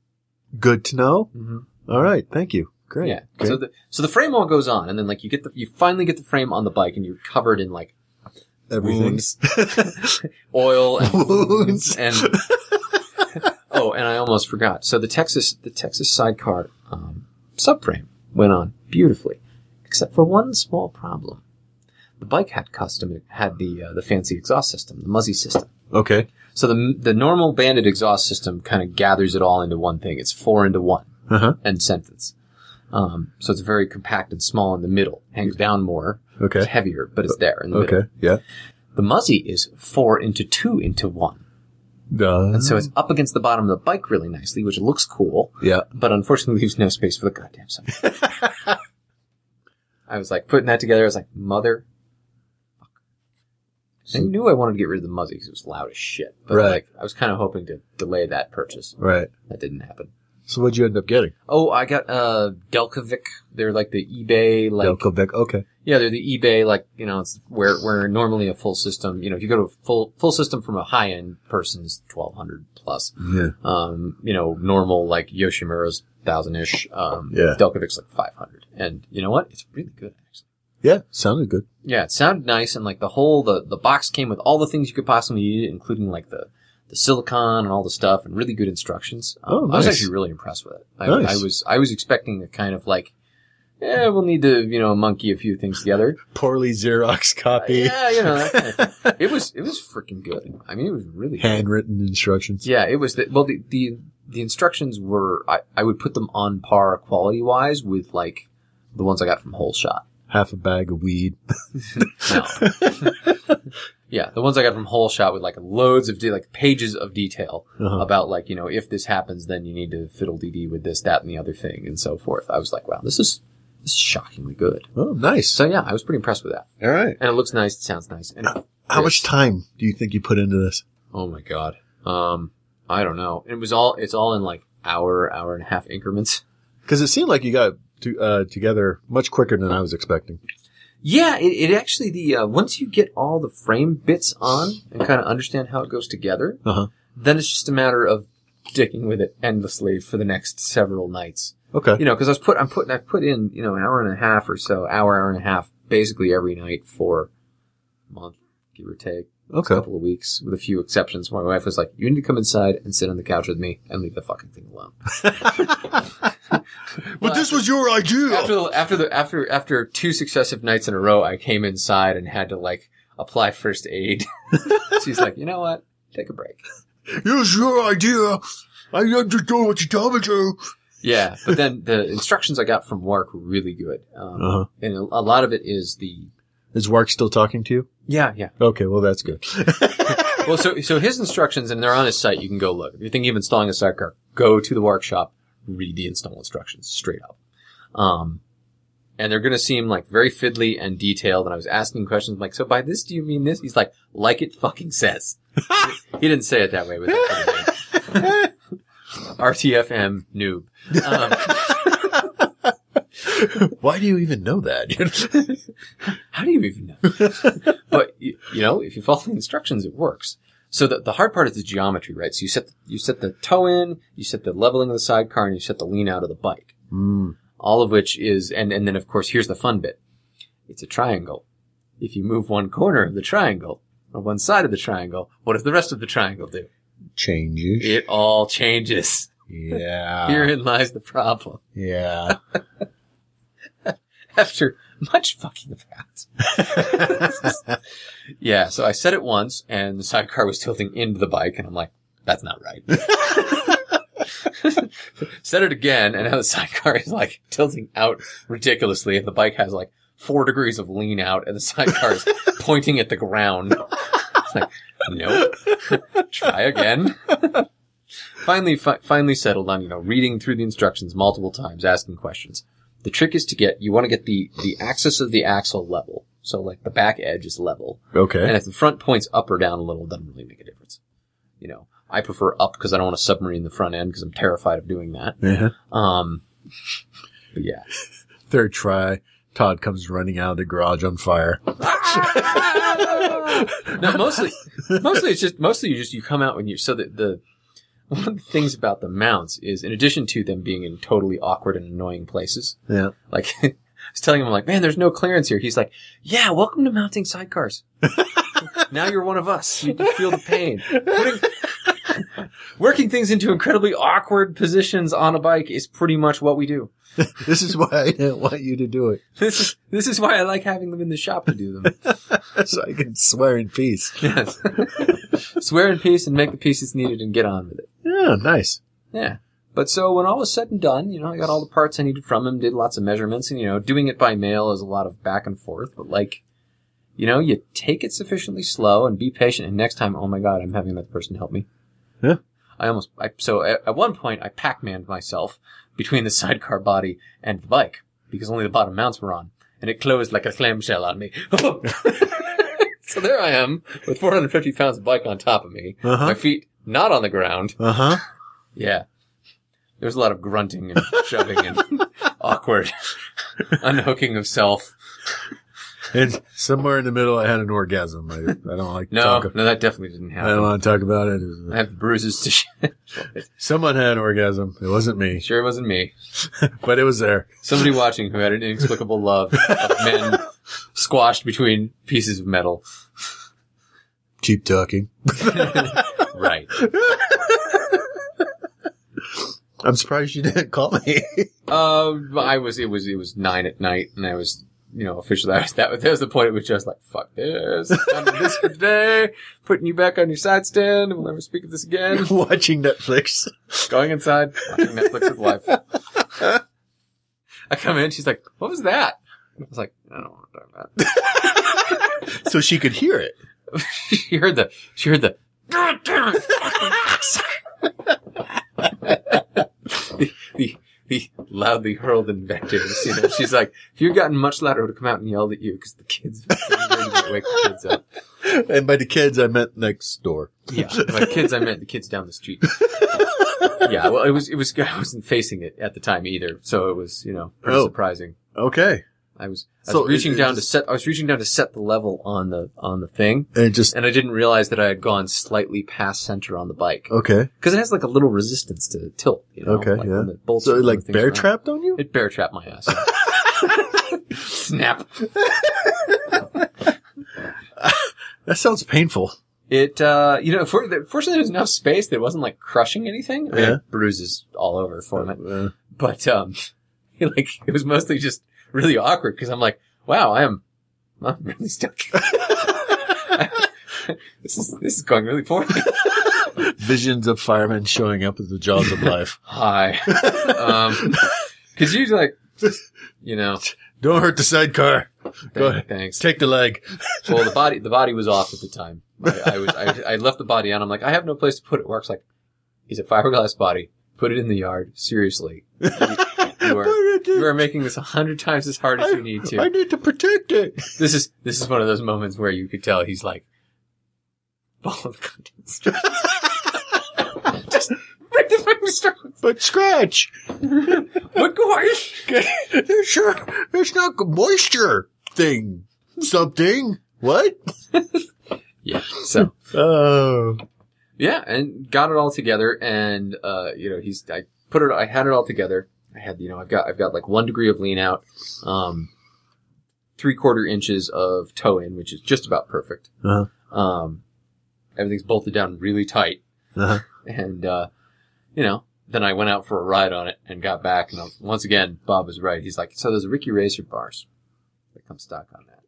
Good to know.
Mm-hmm.
All right. Thank you. Great.
Yeah.
Great.
So the, so the frame all goes on, and then like you get the, you finally get the frame on the bike, and you're covered in like
Everything.
wounds, oil, and
Wounds.
wounds, and oh, and I almost forgot. So the Texas, the Texas sidecar um, subframe went on beautifully, except for one small problem. The bike had custom had the uh, the fancy exhaust system, the Muzzy system.
Okay.
So the the normal Bandit exhaust system kind of gathers it all into one thing. It's four into one
Uh huh.
and sentence. Um, so it's very compact and small in the middle. Hangs down more. It's
Okay.
heavier, but it's there in the middle.
Okay. Yeah.
The Muzzy is four into two into one.
Uh,
And so it's up against the bottom of the bike really nicely, which looks cool,
yeah.
but unfortunately leaves no space for the goddamn sun. I was like putting that together. I was like, mother. fuck." I knew I wanted to get rid of the Muzzy because it was loud as shit. But
Right.
like, I was kind of hoping to delay that purchase.
Right.
That didn't happen.
So what'd you end up getting?
Oh, I got uh Delcovic. They're like the eBay like
Delco Beck. Okay.
yeah, they're the eBay like you know it's where where normally a full system you know if you go to a full full system from a high end person's twelve hundred plus
Yeah.
um, you know, normal like Yoshimura's thousand ish, um,
Yeah.
Delcovic's like 500. And you know what? It's really good, actually.
Yeah. Sounded good.
Yeah, it sounded nice. And like the whole, the, the box came with all the things you could possibly need, including like the, the silicon and all the stuff and really good instructions. Um,
Oh,
I was
nice.
actually really impressed with it. I,
Nice.
I was, I was expecting a kind of like, yeah, we'll need to, you know, monkey a few things together.
Poorly Xerox copy.
yeah, you know, that kind of thing. it was, it was freaking good. I mean, it was really good.
Handwritten instructions.
Yeah, it was the well the the, the instructions were I, I would put them on par quality wise with like the ones I got from Whole Shot.
Half a bag of weed.
No. yeah, the ones I got from Whole Shot with like loads of de- like pages of detail
Uh-huh.
about like you know if this happens then you need to fiddle DD with this that and the other thing and so forth. I was like, wow, this is this is shockingly good.
Oh, nice.
So yeah, I was pretty impressed with that,
All right.
and it looks nice. It sounds nice. And
How much
it's-
time do you think you put into this?
Oh my god. Um, I don't know. It was all it's all in like hour hour and a half increments.
Because it seemed like you got to, uh, together much quicker than I was expecting.
Yeah, it, it actually the uh, once you get all the frame bits on and kind of understand how it goes together,
Uh-huh.
then it's just a matter of sticking with it endlessly for the next several nights.
Okay.
You know, because I was put I'm putting I put in you know an hour and a half or so, hour hour and a half basically every night for a month, give or take.
Okay.
couple of weeks, with a few exceptions. My wife was like, "You need to come inside and sit on the couch with me and leave the fucking thing alone."
But this was your idea.
after the, after the after after two successive nights in a row, I came inside and had to like apply first aid. She's like, "You know what? Take a break."
it was your idea. I had to do what you told me to.
Yeah, but then the instructions I got from Wark were really good, um,
Uh huh.
and a, a lot of it is the
Is Wark still talking to you?
yeah yeah.
Okay, well that's good.
Well, so so his instructions, and they're on his site. You can go look. If you're thinking of installing a sidecar, go to the workshop, read the install instructions straight up. Um, and they're going to seem like very fiddly and detailed. And I was asking questions like, "So by this, do you mean this?" He's like, "Like it fucking says." he didn't say it that way, but that's what he meant. RTFM noob. Um,
Why do you even know that?
how do you even know? but you, you know, if you follow the instructions, it works. So the, the hard part is the geometry, right? So you set the, you set the toe in, you set the leveling of the sidecar, and you set the lean out of the bike.
mm.
all of which is, and, and then of course, here's the fun bit. It's a triangle. If you move one corner of the triangle, or one side of the triangle, what does the rest of the triangle do?
Changes.
It all changes.
Yeah.
Herein lies the problem.
Yeah.
After much fucking about. yeah, so I said it once, and the sidecar was tilting into the bike, and I'm like, that's not right. said it again, and now the sidecar is like tilting out ridiculously, and the bike has like four degrees of lean out, and the sidecar is pointing at the ground. It's like, nope. Try again. finally, fi- finally settled on you know reading through the instructions multiple times, asking questions. The trick is to get you want to get the the axis of the axle level, so like the back edge is level, and
Okay.
if the front points up or down a little, it doesn't really make a difference. You know, I prefer up because I don't want to submarine the front end because I'm terrified of doing that.
Yeah.
Um, but yeah.
Third try. Todd comes running out of the garage on fire.
No, mostly, mostly it's just mostly you just you come out when you so that the one of the things about the mounts is in addition to them being in totally awkward and annoying places,
Yeah.
like I was telling him, I'm like, man, there's no clearance here. He's like, yeah, welcome to mounting sidecars. now you're one of us. You can feel the pain. Putting- working things into incredibly awkward positions on a bike is pretty much what we do.
This is why I didn't want you to do it.
This is this is why I like having them in the shop to do them.
So I can swear in peace.
Yes. Swear in peace and make the pieces needed and get on with it.
Yeah, nice.
Yeah. But so when all was said and done, you know, I got all the parts I needed from him, did lots of measurements, and you know, doing it by mail is a lot of back and forth, but like, you know, you take it sufficiently slow and be patient, and next time, oh my god, I'm having that person help me.
Yeah.
I almost, I, so at, at one point, I Pac-Maned myself between the sidecar body and the bike, because only the bottom mounts were on, and it closed like a clamshell on me. so there I am, with 450 pounds of bike on top of me,
Uh-huh.
my feet not on the ground,
Uh huh.
yeah. There was a lot of grunting and shoving and awkward unhooking of self.
And somewhere in the middle, I had an orgasm. I, I don't like to
No,
talk.
no, that definitely didn't
I don't
happen.
want to talk about it.
I have bruises to sh-
Someone had an orgasm. It wasn't me,
Sure, it wasn't me.
but it was there.
Somebody watching who had an inexplicable love of men squashed between pieces of metal.
Keep talking.
Right.
I'm surprised you didn't call me.
Um, I was, it was, it was nine at night and I was, you know, officially, that was, that was, that was the point. It was just like, fuck this. I'm this for today. Putting you back on your side stand. We'll never speak of this again.
Watching Netflix.
going inside, watching Netflix with wife. I come in, she's like, "What was that?" I was like, "I don't want to talk about." That.
So she could hear it.
she heard the, she heard the. the, the, the loudly hurled invectives. You know, she's like, "If you'd gotten much louder, I would have come out and yelled at you because the kids wake the kids up."
And by the kids, I meant next door.
Yeah, by kids I meant the kids down the street. yeah, well, it was it was I wasn't facing it at the time either, so it was you know pretty
Oh.
surprising.
Okay.
I was, I
So it-
was reaching
it
down
just-
to set. I was reaching down to set the level on the on the thing,
And it just,
and I didn't realize that I had gone slightly past center on the bike
okay.
because it has like a little resistance to tilt. You know,
Oh. Okay,
like
yeah.
when the bolts
So it
when
like
things
bear
around.
trapped on you?
It bear trapped my ass. Snap.
That sounds painful.
It, uh, you know, for, fortunately there was enough space that it wasn't like crushing anything. I mean,
Yeah.
bruises all over from it.
Uh,
But, um, like, it was mostly just really awkward because I'm like, wow, I am, I'm really stuck. this is, this is going really poorly.
Uh, visions of firemen showing up at the jaws of life.
Hi. Um, cause you like, you know,
Don't hurt the sidecar. Go ahead.
thanks.
Take the leg.
Well, the body, the body was off at the time. I, I was, I, I left the body on. I'm like, I have no place to put it. Mark's like, he's a fiberglass body. Put it in the yard. Seriously. You, you are, you are making this a hundred times as hard as you need
I
to.
need to protect it.
This is, this is one of those moments where you could tell he's like, ball of content structures. Just break the fucking structure.
But scratch.
But go on.
There's sure there's not moisture thing. Something. What?
Yeah. So.
Oh.
Yeah, and got it all together, and uh, you know, he's I put it, I had it all together. I had, you know, I've got I've got like one degree of lean out, um, three quarter inches of toe in, which is just about perfect.
Uh-huh.
Um, everything's bolted down really tight,
Uh-huh.
and uh, you know, then I went out for a ride on it and got back, and I was, once again, Bob was right. He's like, so those Ricky Racer bars, like I'm stuck on that.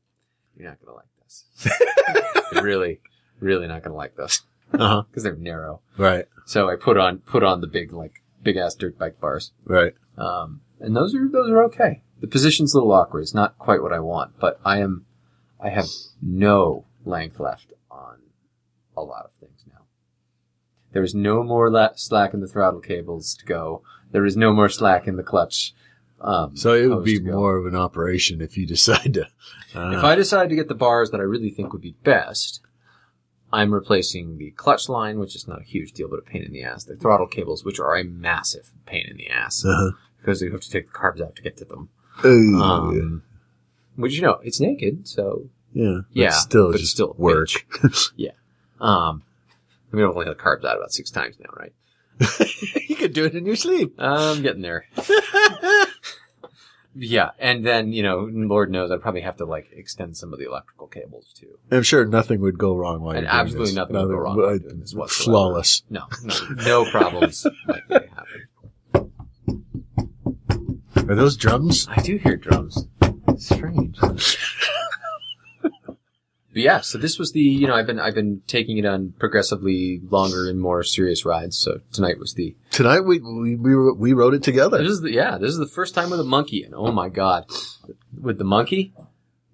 You're not gonna like this. You're really, really not gonna like those
Uh-huh.
because they're narrow.
Right.
So I put on put on the big like big ass dirt bike bars,
Right.
um, and those are those are okay. The position's a little awkward; it's not quite what I want, but I am I have no length left on a lot of things now. There is no more la- slack in the throttle cables to go. There is no more slack in the clutch. Um,
So it would
hose
be
to go.
more of an operation if you decide to. Uh,
If I decide to get the bars that I really think would be best, I'm replacing the clutch line, which is not a huge deal, but a pain in the ass. The throttle cables, which are a massive pain in the ass
Uh-huh.
because you have to take the carbs out to get to them.
Ooh.
Um, Which you know, it's naked, so
yeah. But
yeah,
Still,
but
just
still a
work.
um, I mean, I've only had the carbs out about six times now, right?
you could do it in your sleep.
I'm getting there. yeah, and then you know, Lord knows I'd probably have to like extend some of the electrical cables too.
I'm sure nothing would go wrong while
And
you're doing
absolutely
this.
nothing would go wrong
but-
while doing this whatsoever.
Flawless.
No, no, no problems likely to happen.
Are those drums?
I do hear drums. Strange. but yeah, so this was the you know I've been I've been taking it on progressively longer and more serious rides. So tonight was the
Tonight we we we, were- we wrote it together.
this is the yeah this is the first time with a monkey and oh my god with the monkey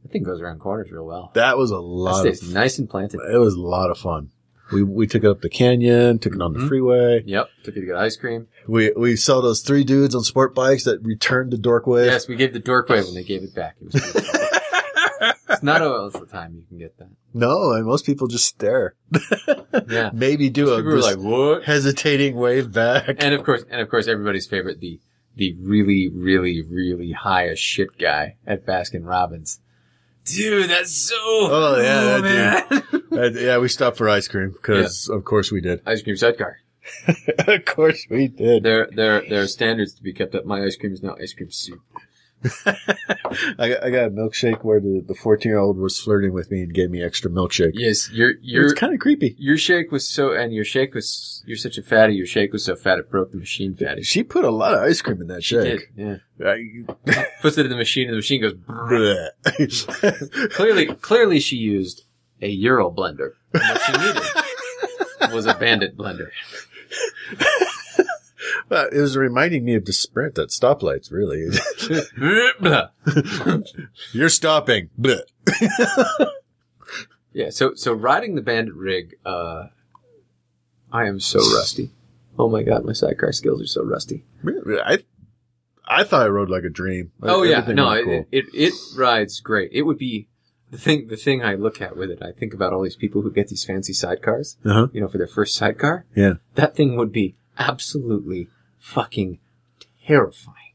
that thing goes around corners real well.
That was a
That
lot. Of,
stays
it
nice and planted.
was a lot of fun. We we took it up the canyon, took it on the
Mhm.
freeway.
Yep, took it to get ice cream.
We we saw those three dudes on sport bikes that returned to Dorkway.
Yes, we gave the dork wave when they gave it back. It was beautiful. it's not all the time you can get that.
No, and most people just stare.
Yeah,
Maybe do a
people were
just
like what?
hesitating wave back.
and of course, and of course, everybody's favorite the the really, really, really high as shit guy at Baskin Robbins. Dude, that's so.
Oh, yeah, that
dude.
Uh, yeah, we stopped for ice cream because of course we did.
ice cream sidecar.
of course we did.
There, there, there are standards to be kept up. My ice cream is now ice cream soup.
I got, I got a milkshake where the the fourteen year old was flirting with me and gave me extra milkshake.
Yes, your your
it's kind of creepy.
your shake was so, and your shake was. You're such a fatty. Your shake was so fat it broke the machine fatty.
She put a lot of ice cream in that
She did,
shake.
yeah.
I-
Puts it in the machine, and the machine goes. brrr.
bleh.
Clearly, clearly, she used a Euro blender. And what she needed was a Bandit blender.
Well, it was reminding me of the sprint at stoplights. Really,
yeah.
you're stopping. Bleh.
So so riding the Bandit rig, uh, I am so rusty. Oh my god, my sidecar skills are so rusty.
I I thought I rode like a dream.
Oh yeah,
Everything
no,
went
it,
cool.
it, it rides great. It would be the thing the thing I look at with it. I think about all these people who get these fancy sidecars,
Uh-huh.
you know, for their first sidecar.
Yeah.
that thing would be absolutely fucking terrifying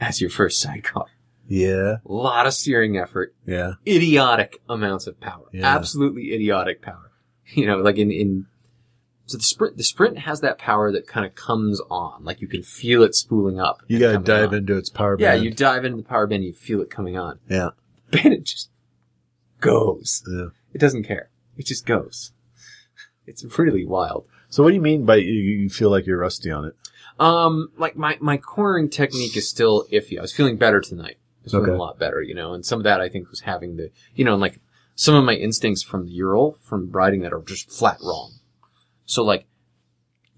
as your first sidecar.
yeah,
A lot of steering effort.
yeah.
idiotic amounts of power.
Yeah.
Absolutely idiotic power. You know, like in, in, so the sprint, the sprint has that power that kind of comes on. Like you can feel it spooling up.
You
and
gotta
coming
dive
on.
into its power.
Yeah,
band.
you dive into the power band, you feel it coming on.
Yeah.
Bandit just goes.
Yeah.
It doesn't care. It just goes. It's really wild.
So what do you mean by you, you feel like you're rusty on it?
Um, like my, my cornering technique is still iffy. I was feeling better tonight. I was
Okay.
feeling a lot better, you know, and some of that I think was having the, you know, and like some of my instincts from the Ural, from riding that are just flat wrong. So like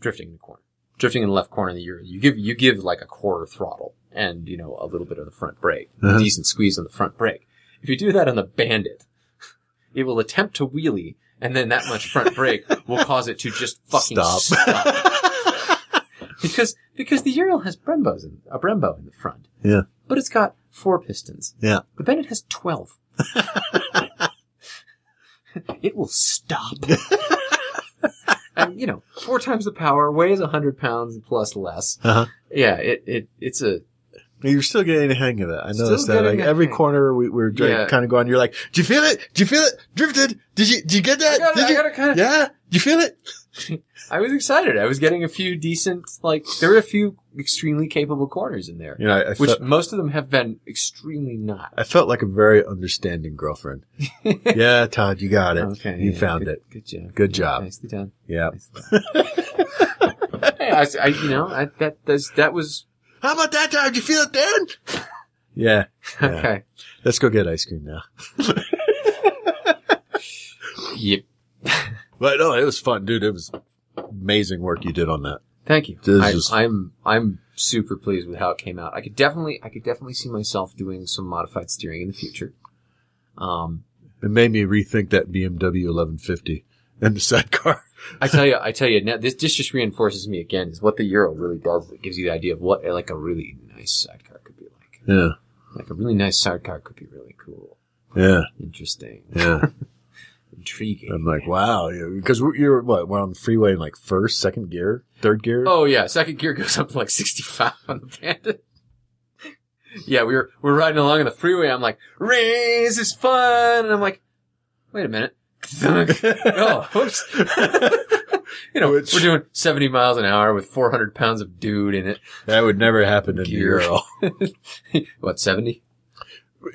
drifting in the corner, drifting in the left corner of the Ural, you give, you give like a quarter throttle and, you know, a little bit of the front brake,
Uh-huh.
decent squeeze on the front brake. If you do that on the Bandit, it will attempt to wheelie and then that much front brake will cause it to just fucking
Stop.
stop because because the Ural has Brembos in a Brembo in the front.
Yeah.
But it's got four pistons.
Yeah.
The Bennett has twelve. it will stop. and you know, four times the power, weighs hundred pounds plus less.
Uh-huh.
Yeah, it, it it's
Uh,
a
You're still getting the hang of it. I
Still
noticed that.
getting
Like
the
every
hang.
corner we, we're
Yeah.
kind of going, you're like, "Do you feel it? Do you feel it? Drifted? Did you? Did you get that?
I gotta,
Did
I
you?
gotta kinda
yeah. Do you feel it?
I was excited. I was getting a few decent like there were a few extremely capable corners in there.
You know, I, I,
Which
felt,
most of them have been extremely not.
I felt like a very understanding girlfriend. yeah, Todd, you got it.
Okay,
you
yeah,
found
good-
it.
Good job.
Good job.
Nicely done.
Yeah.
Hey, I, I- you know, I, that that's, that was
How about that time? Do you feel it then? yeah. Yeah.
okay.
Let's go get ice cream now.
Yep.
But no, it was fun, dude. It was amazing work you did on that.
Thank you.
This
I,
is-
I'm I'm super pleased with how it came out. I could definitely I could definitely see myself doing some modified steering in the future. Um,
It made me rethink that BMW 1150 and the sidecar.
I tell you, I tell you, now this this just reinforces me again is what the Euro really does. It gives you the idea of what like a really nice sidecar could be like.
Yeah.
Like a really nice sidecar could be really cool,
Yeah.
interesting,
Yeah.
intriguing.
I'm like, wow. Because we're, you're what? We're on the freeway in like first, second gear, third gear.
Oh yeah, second gear goes up to like 65 on the Bandit. yeah, we were we're riding along on the freeway. I'm like, race is fun, and I'm like, wait a minute. oh, whoops. you know,
Which-
we're doing 70 miles an hour with 400 pounds of dude in it.
That would never happen in
Gear.
Euro.
What 70?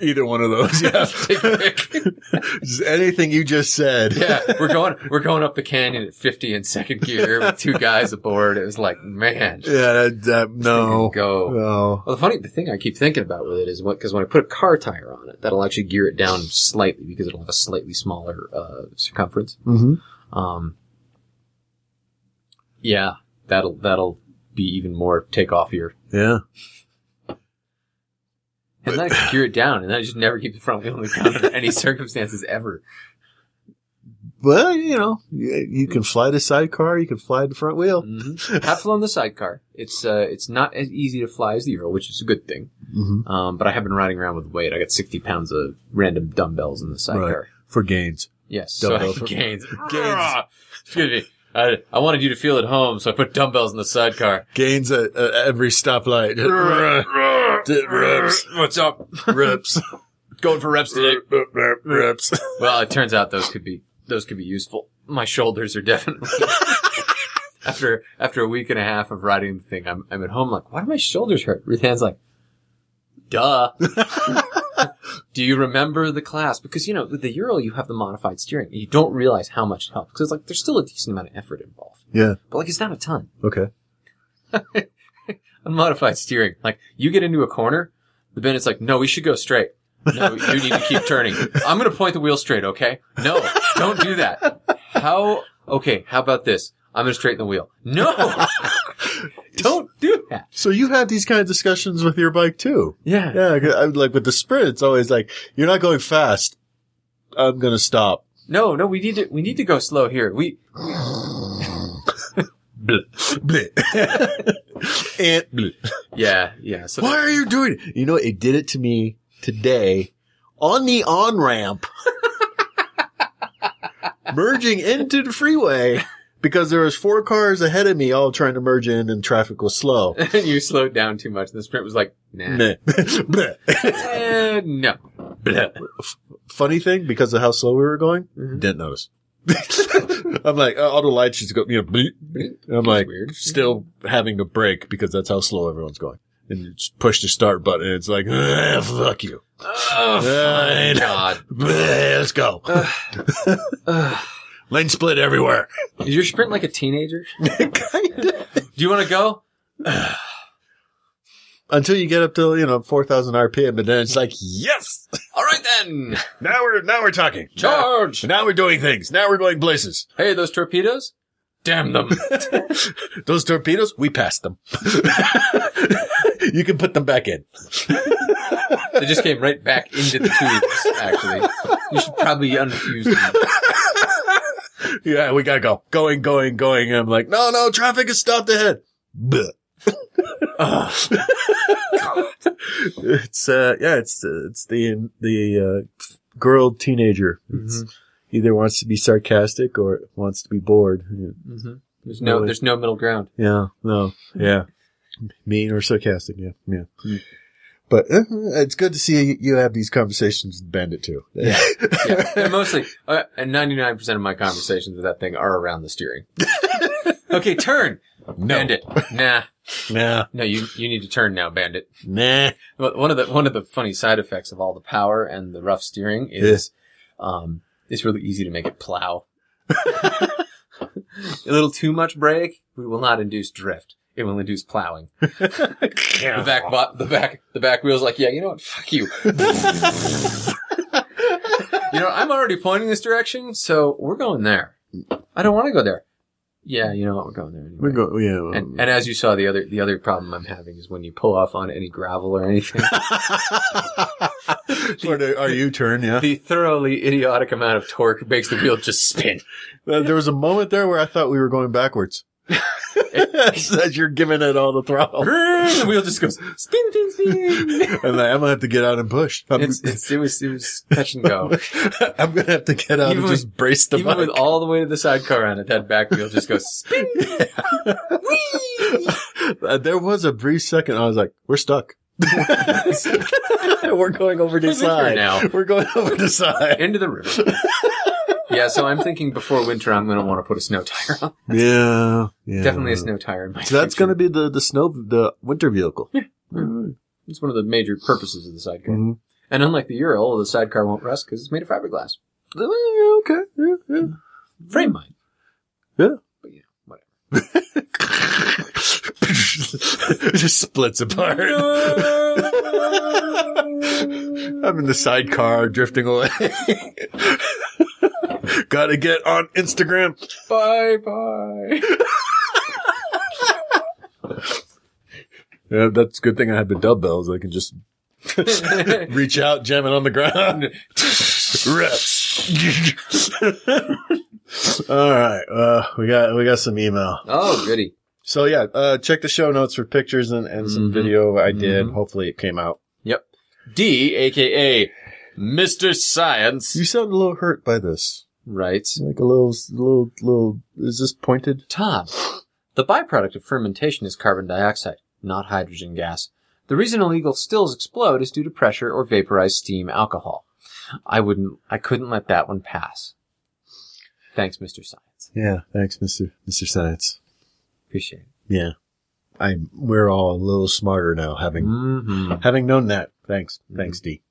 Either one of those. Yeah.
Take your pick.
Just anything you just said.
yeah, we're going we're going up the canyon at 50 in second gear with two guys aboard. It was like, man,
Yeah. That, that, no.
go.
No.
Well, the funny the thing I keep thinking about with it is what because when I put a car tire on it, that'll actually gear it down slightly because it'll have a slightly smaller uh, circumference.
Mm-hmm.
Um, yeah, that'll that'll be even more take off your
Yeah.
and then I can gear it down, and then I just never keep the front wheel on the ground under any circumstances ever.
Well, you know, you, you can fly the sidecar. You can fly the front wheel.
Mhm. Have flown the sidecar. It's uh, it's not as easy to fly as the Euro, which is a good thing.
Mm-hmm.
Um, but I have been riding around with weight. I got sixty pounds of random dumbbells in the sidecar.
For gains.
Yes,
Dumbbell for-
so I gains.
Gains.
Excuse me. I, I wanted you to feel at home, so I put dumbbells in the sidecar.
Gains at, at every stoplight. Did reps.
What's up?
Reps.
Going for reps today.
Reps.
Well, it turns out those could be those could be useful. My shoulders are definitely after after a week and a half of riding the thing. I'm I'm at home like, why do my shoulders hurt? Ruth Ann's like, duh. do you remember the class? Because you know with the Ural you have the modified steering. and You don't realize how much it helps because like there's still a decent amount of effort involved,
Yeah.
but like it's not a ton.
Okay.
unmodified steering. Like you get into a corner, the bin is like, no, we should go straight. No, you need to keep turning. I'm going to point the wheel straight. Okay. No, don't do that. How? Okay. How about this? I'm going to straighten the wheel. No, don't do that.
So you have these kind of discussions with your bike too.
Yeah.
Yeah, 'cause I'm like with the sprint, it's always like you're not going fast. I'm gonna stop.
No, no, we need to, we need to go slow here. We,
Bleh. and bleh.
yeah, yeah. So
Why are you doing it? You know, it did it to me today on the on ramp, merging into the freeway because there was four cars ahead of me, all trying to merge in, and traffic was slow.
you slowed down too much. And the sprint was like, nah,
Bleh. Bleh.
Eh, no.
funny thing because of how slow we were going,
Mhm.
didn't notice. I'm like, uh, all the lights just go, you know, bleep, bleep. And I'm like,
weird.
still having to brake because that's how slow everyone's going. And you just push the start button and it's like, "Ah, fuck you.
Oh,
Fine.
God.
Bleh, Let's go.
Ugh.
Lane split everywhere.
Is your sprint like a teenager?
kind of.
Do you want to go?
Until you get up to, you know, 4,000 RPM, but then it's like, yes!
All right then,
Now we're, now we're talking.
charge!
Now, now we're doing things. Now we're going places.
Hey, those torpedoes? Damn them!
Those torpedoes, we passed them. you can put them back in.
they just came right back into the tubes. Actually, you should probably unfuse them.
Yeah, we gotta go. Going, going, going. And I'm like, no, no, traffic is stopped ahead. Bleh. it's uh, yeah, it's uh, it's the the uh, girl teenager. It's Either wants to be sarcastic or wants to be bored.
hmm There's no, there's no middle ground.
Yeah, no, yeah, mean or sarcastic. Yeah, yeah.
Hmm.
But uh, it's good to see you have these conversations with Bandit too.
Yeah. Yeah, they're mostly, uh, and 99% of my conversations with that thing are around the steering. okay, turn,
no,
bandit. Nah,
nah,
no, you you need to turn now, bandit.
nah.
Well, One of the one of the funny side effects of all the power and the rough steering is, um, it's really easy to make it plow. A little too much brake, we will not induce drift. It will induce plowing. The back, bo- the back, the back wheel's like, yeah, you know what? Fuck you. you know, I'm already pointing this direction, so we're going there. I don't want to go there. Yeah, you know what? We're going there. Anyway.
We go, yeah. well,
And, and as you saw, the other the other problem I'm having is when you pull off on any gravel or anything,
for the our U turn, yeah.
the thoroughly idiotic amount of torque makes the wheel just spin.
Uh, there was a moment there where I thought we were going backwards. As you're giving it all the throttle,
the wheel just goes spin, spin, spin.
and like, I'm gonna have to get out and push. I'm,
It's, it's, it was it was touch and go.
I'm gonna have to get out and
Even with-
just brace the
Even
bike.
with all the way to the sidecar on it, that back wheel just goes spin.
Uh, there was a brief second I was like, "We're stuck. we're going over the
We're here
side
now.
We're going over the side."
into the river. yeah, so I'm thinking before winter, I'm going to want to put a snow tire on.
Yeah, yeah.
Definitely a snow tire in my.
So that's
future.
gonna be the the snow the winter vehicle. Mm-hmm.
It's one of the major purposes of the sidecar.
Mhm.
And unlike the Ural, the sidecar won't rust because it's made of fiberglass.
Uh, Okay, yeah, yeah.
Frame mine.
just splits apart. I'm in the sidecar drifting away. Gotta get on Instagram.
Bye bye.
Yeah, that's a good thing I have the dub bells. I can just reach out, jam it on the ground. Reps. All right. Uh, we got, we got some email.
oh, goody.
So yeah, uh, check the show notes for pictures and, and some
Mhm.
video I did.
Mhm.
Hopefully it came out.
Yep. D, aka Mr.
You
Science.
sound a little hurt by this.
Right.
Like a little, little, little, is this pointed?
Todd, the byproduct of fermentation is carbon dioxide, not hydrogen gas. The reason illegal stills explode is due to pressure or vaporized steam alcohol. I wouldn't, I couldn't let that one pass. Thanks, Mr. Science.
Yeah. Thanks, Mr. Mr. Science.
Appreciate it.
Yeah. I'm, we're all a little smarter now having
Mm-hmm.
Having known that, thanks. Thanks, D.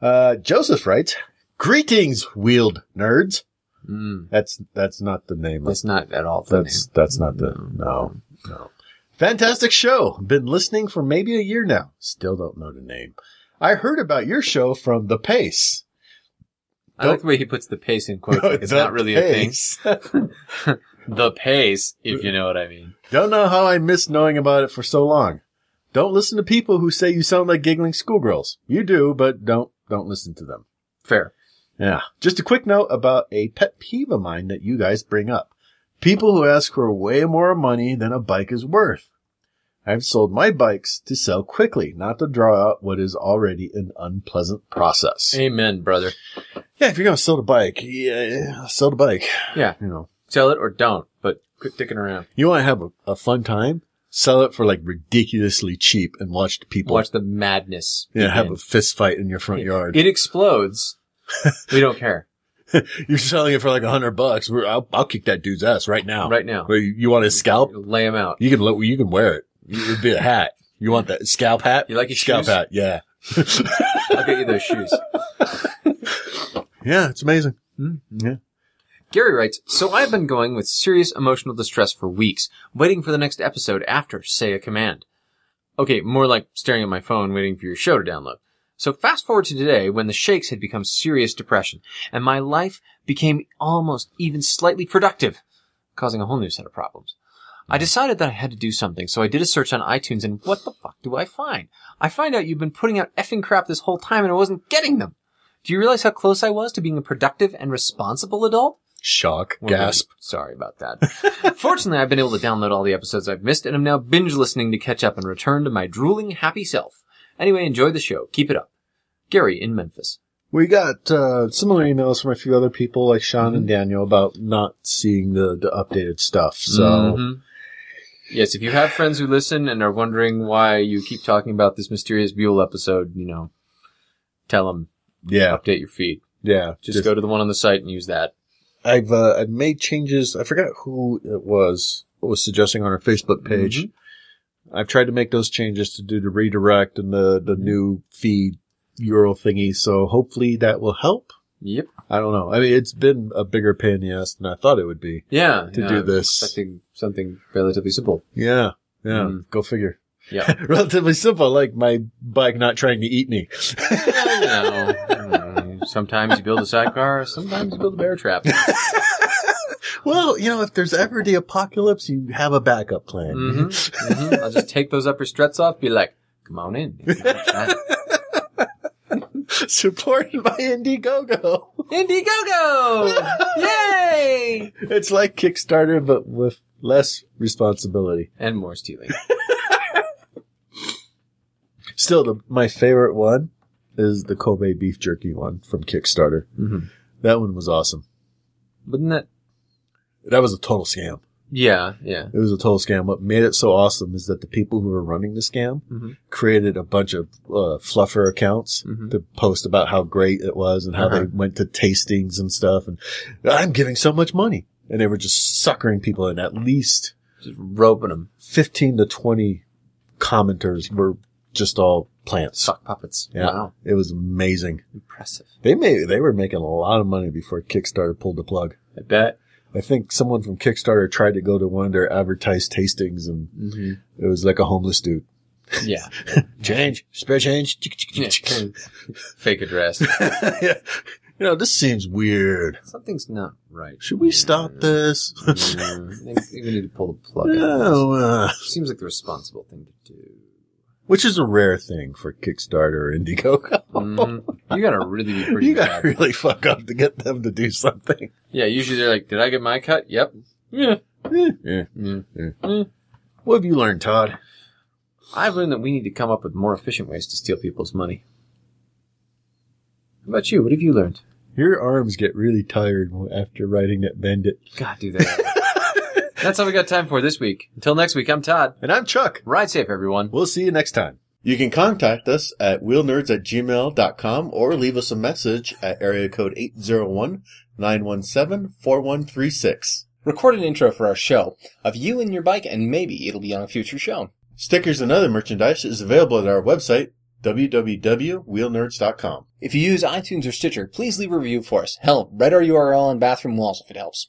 Uh, Joseph writes, Greetings, wheeled nerds.
Mm.
That's, that's not the name. That's,
That's not at all the
that's, that's not the, no, no. Fantastic show. Been listening for maybe a year now. Still don't know the name. I heard about your show from The Pace.
name. I like the way he puts the pace in quotes. like Oh, it's
The
not really
Pace.
a thing. The pace, if you know what I mean.
Don't know how I missed knowing about it for so long. Don't listen to people who say you sound like giggling schoolgirls. You do, but don't, don't listen to them.
Fair.
Yeah. Just a quick note about a pet peeve of mine that you guys bring up. People who ask for way more money than a bike is worth. I've sold my bikes to sell quickly, not to draw out what is already an unpleasant process.
Amen, brother.
Yeah, if you're gonna sell the bike, yeah, sell the bike.
Yeah.
You know,
Sell it or don't, but quit dicking around.
you want to have a, a fun time, sell it for like ridiculously cheap and watch the people
Watch the madness.
yeah, have
begin.
a fist fight in your front yard.
It explodes. we don't care
You're selling it for like a hundred bucks. We're, I'll, I'll kick that dude's ass right now.
right now.
Well, You, you want his scalp?
Lay them out.
You can lo- you can wear it. It would be a hat. You want that scalp hat?
You like your
scalp
shoes?
hat? Yeah,
I'll get you those shoes. Hmm.
yeah. It's amazing. Yeah.
Gary writes, So I've been going with serious emotional distress for weeks, waiting for the next episode after say a command. Okay, more like staring at my phone waiting for your show to download. So fast forward to today when the shakes had become serious depression and my life became almost even slightly productive, causing a whole new set of problems. I decided that I had to do something, so I did a search on iTunes and what the fuck do I find? I find out you've been putting out effing crap this whole time and I wasn't getting them. Do you realize how close I was to being a productive and responsible adult?
Shock.
We're really
Gasp.
sorry about that. Fortunately, I've been able to download all the episodes I've missed and I'm now binge listening to catch up and return to my drooling happy self. Anyway, enjoy the show. Keep it up. Gary in Memphis.
We got uh, similar emails from a few other people, like Sean
Mm-hmm.
and Daniel, about not seeing the, the updated stuff. So
Mm-hmm.
Mhm.
Yes, if you have friends who listen and are wondering why you keep talking about this mysterious Buell episode, you know, tell them
yeah,
update your feed.
yeah.
Just, go to the one on the site and use that.
I've uh, I've made changes. I forgot who it was what was suggesting on our Facebook page.
Mm-hmm.
I've tried to make those changes to do the redirect and the the new feed URL thingy. So hopefully that will help.
Yep.
I don't know. I mean, it's been a bigger pain in the ass than I thought it would be.
Yeah.
To
yeah,
do
I was
this.
Expecting something relatively simple.
Yeah. Yeah.
Mm.
Go figure.
Yeah.
Relatively simple, like my bike not trying to eat me.
I know, I know. Sometimes you build a sidecar, sometimes you build a bear trap.
Well, you know, if there's ever the apocalypse, you have a backup plan.
hmm hmm I'll just take those upper struts off, be like, come on in.
Supported by Indiegogo.
Indiegogo! Yay!
It's like Kickstarter, but with less responsibility.
And more stealing.
Still, the, my favorite one is the Kobe beef jerky one from Kickstarter.
Mhm.
That one was awesome.
Wouldn't that?
That was a total scam.
Yeah, yeah.
It was a total scam. What made it so awesome is that the people who were running the scam
Mhm.
created a bunch of uh, fluffer accounts
Mhm.
to post about how great it was and how they
Uh-huh.
went to tastings and stuff. And I'm giving so much money, and they were just suckering people in. At least
Just roping them.
fifteen to twenty commenters were just all plants.
Sock puppets.
Yeah.
Wow.
It was amazing.
Impressive.
They made they were making a lot of money before Kickstarter pulled the plug.
I bet.
I think someone from Kickstarter tried to go to one of their advertised tastings, and
hmm
it was like a homeless dude.
Yeah.
Change, spare change.
Yeah. Fake address.
yeah. You know, this seems weird.
Something's not right.
Should we stop this?
Mm, I think we need to pull the plug. out.
No, uh,
Seems like the responsible thing to do.
which is a rare thing for Kickstarter or Indiegogo.
Mhm. You gotta really be pretty
You
bad.
gotta really fuck up to get them to do something.
Yeah, usually they're like, "Did I get my cut?" Yep. Yeah.
Yeah.
yeah.
What have you learned, Todd?
I've learned that we need to come up with more efficient ways to steal people's money. How about you? What have you learned?
Your arms get really tired after riding that bandit.
God, do that. That's all we got time for this week. Until next week, I'm Todd.
And I'm Chuck.
Ride safe, everyone.
We'll see you next time.
You can contact us at wheelnerds at gmail.com or leave us a message at area code 801-917-4136.
Record an intro for our show of you and your bike, and maybe it'll be on a future show.
Stickers and other merchandise is available at our website, www.wheelnerds.com.
If you use iTunes or Stitcher, please leave a review for us. Hell, write our URL on bathroom walls if it helps.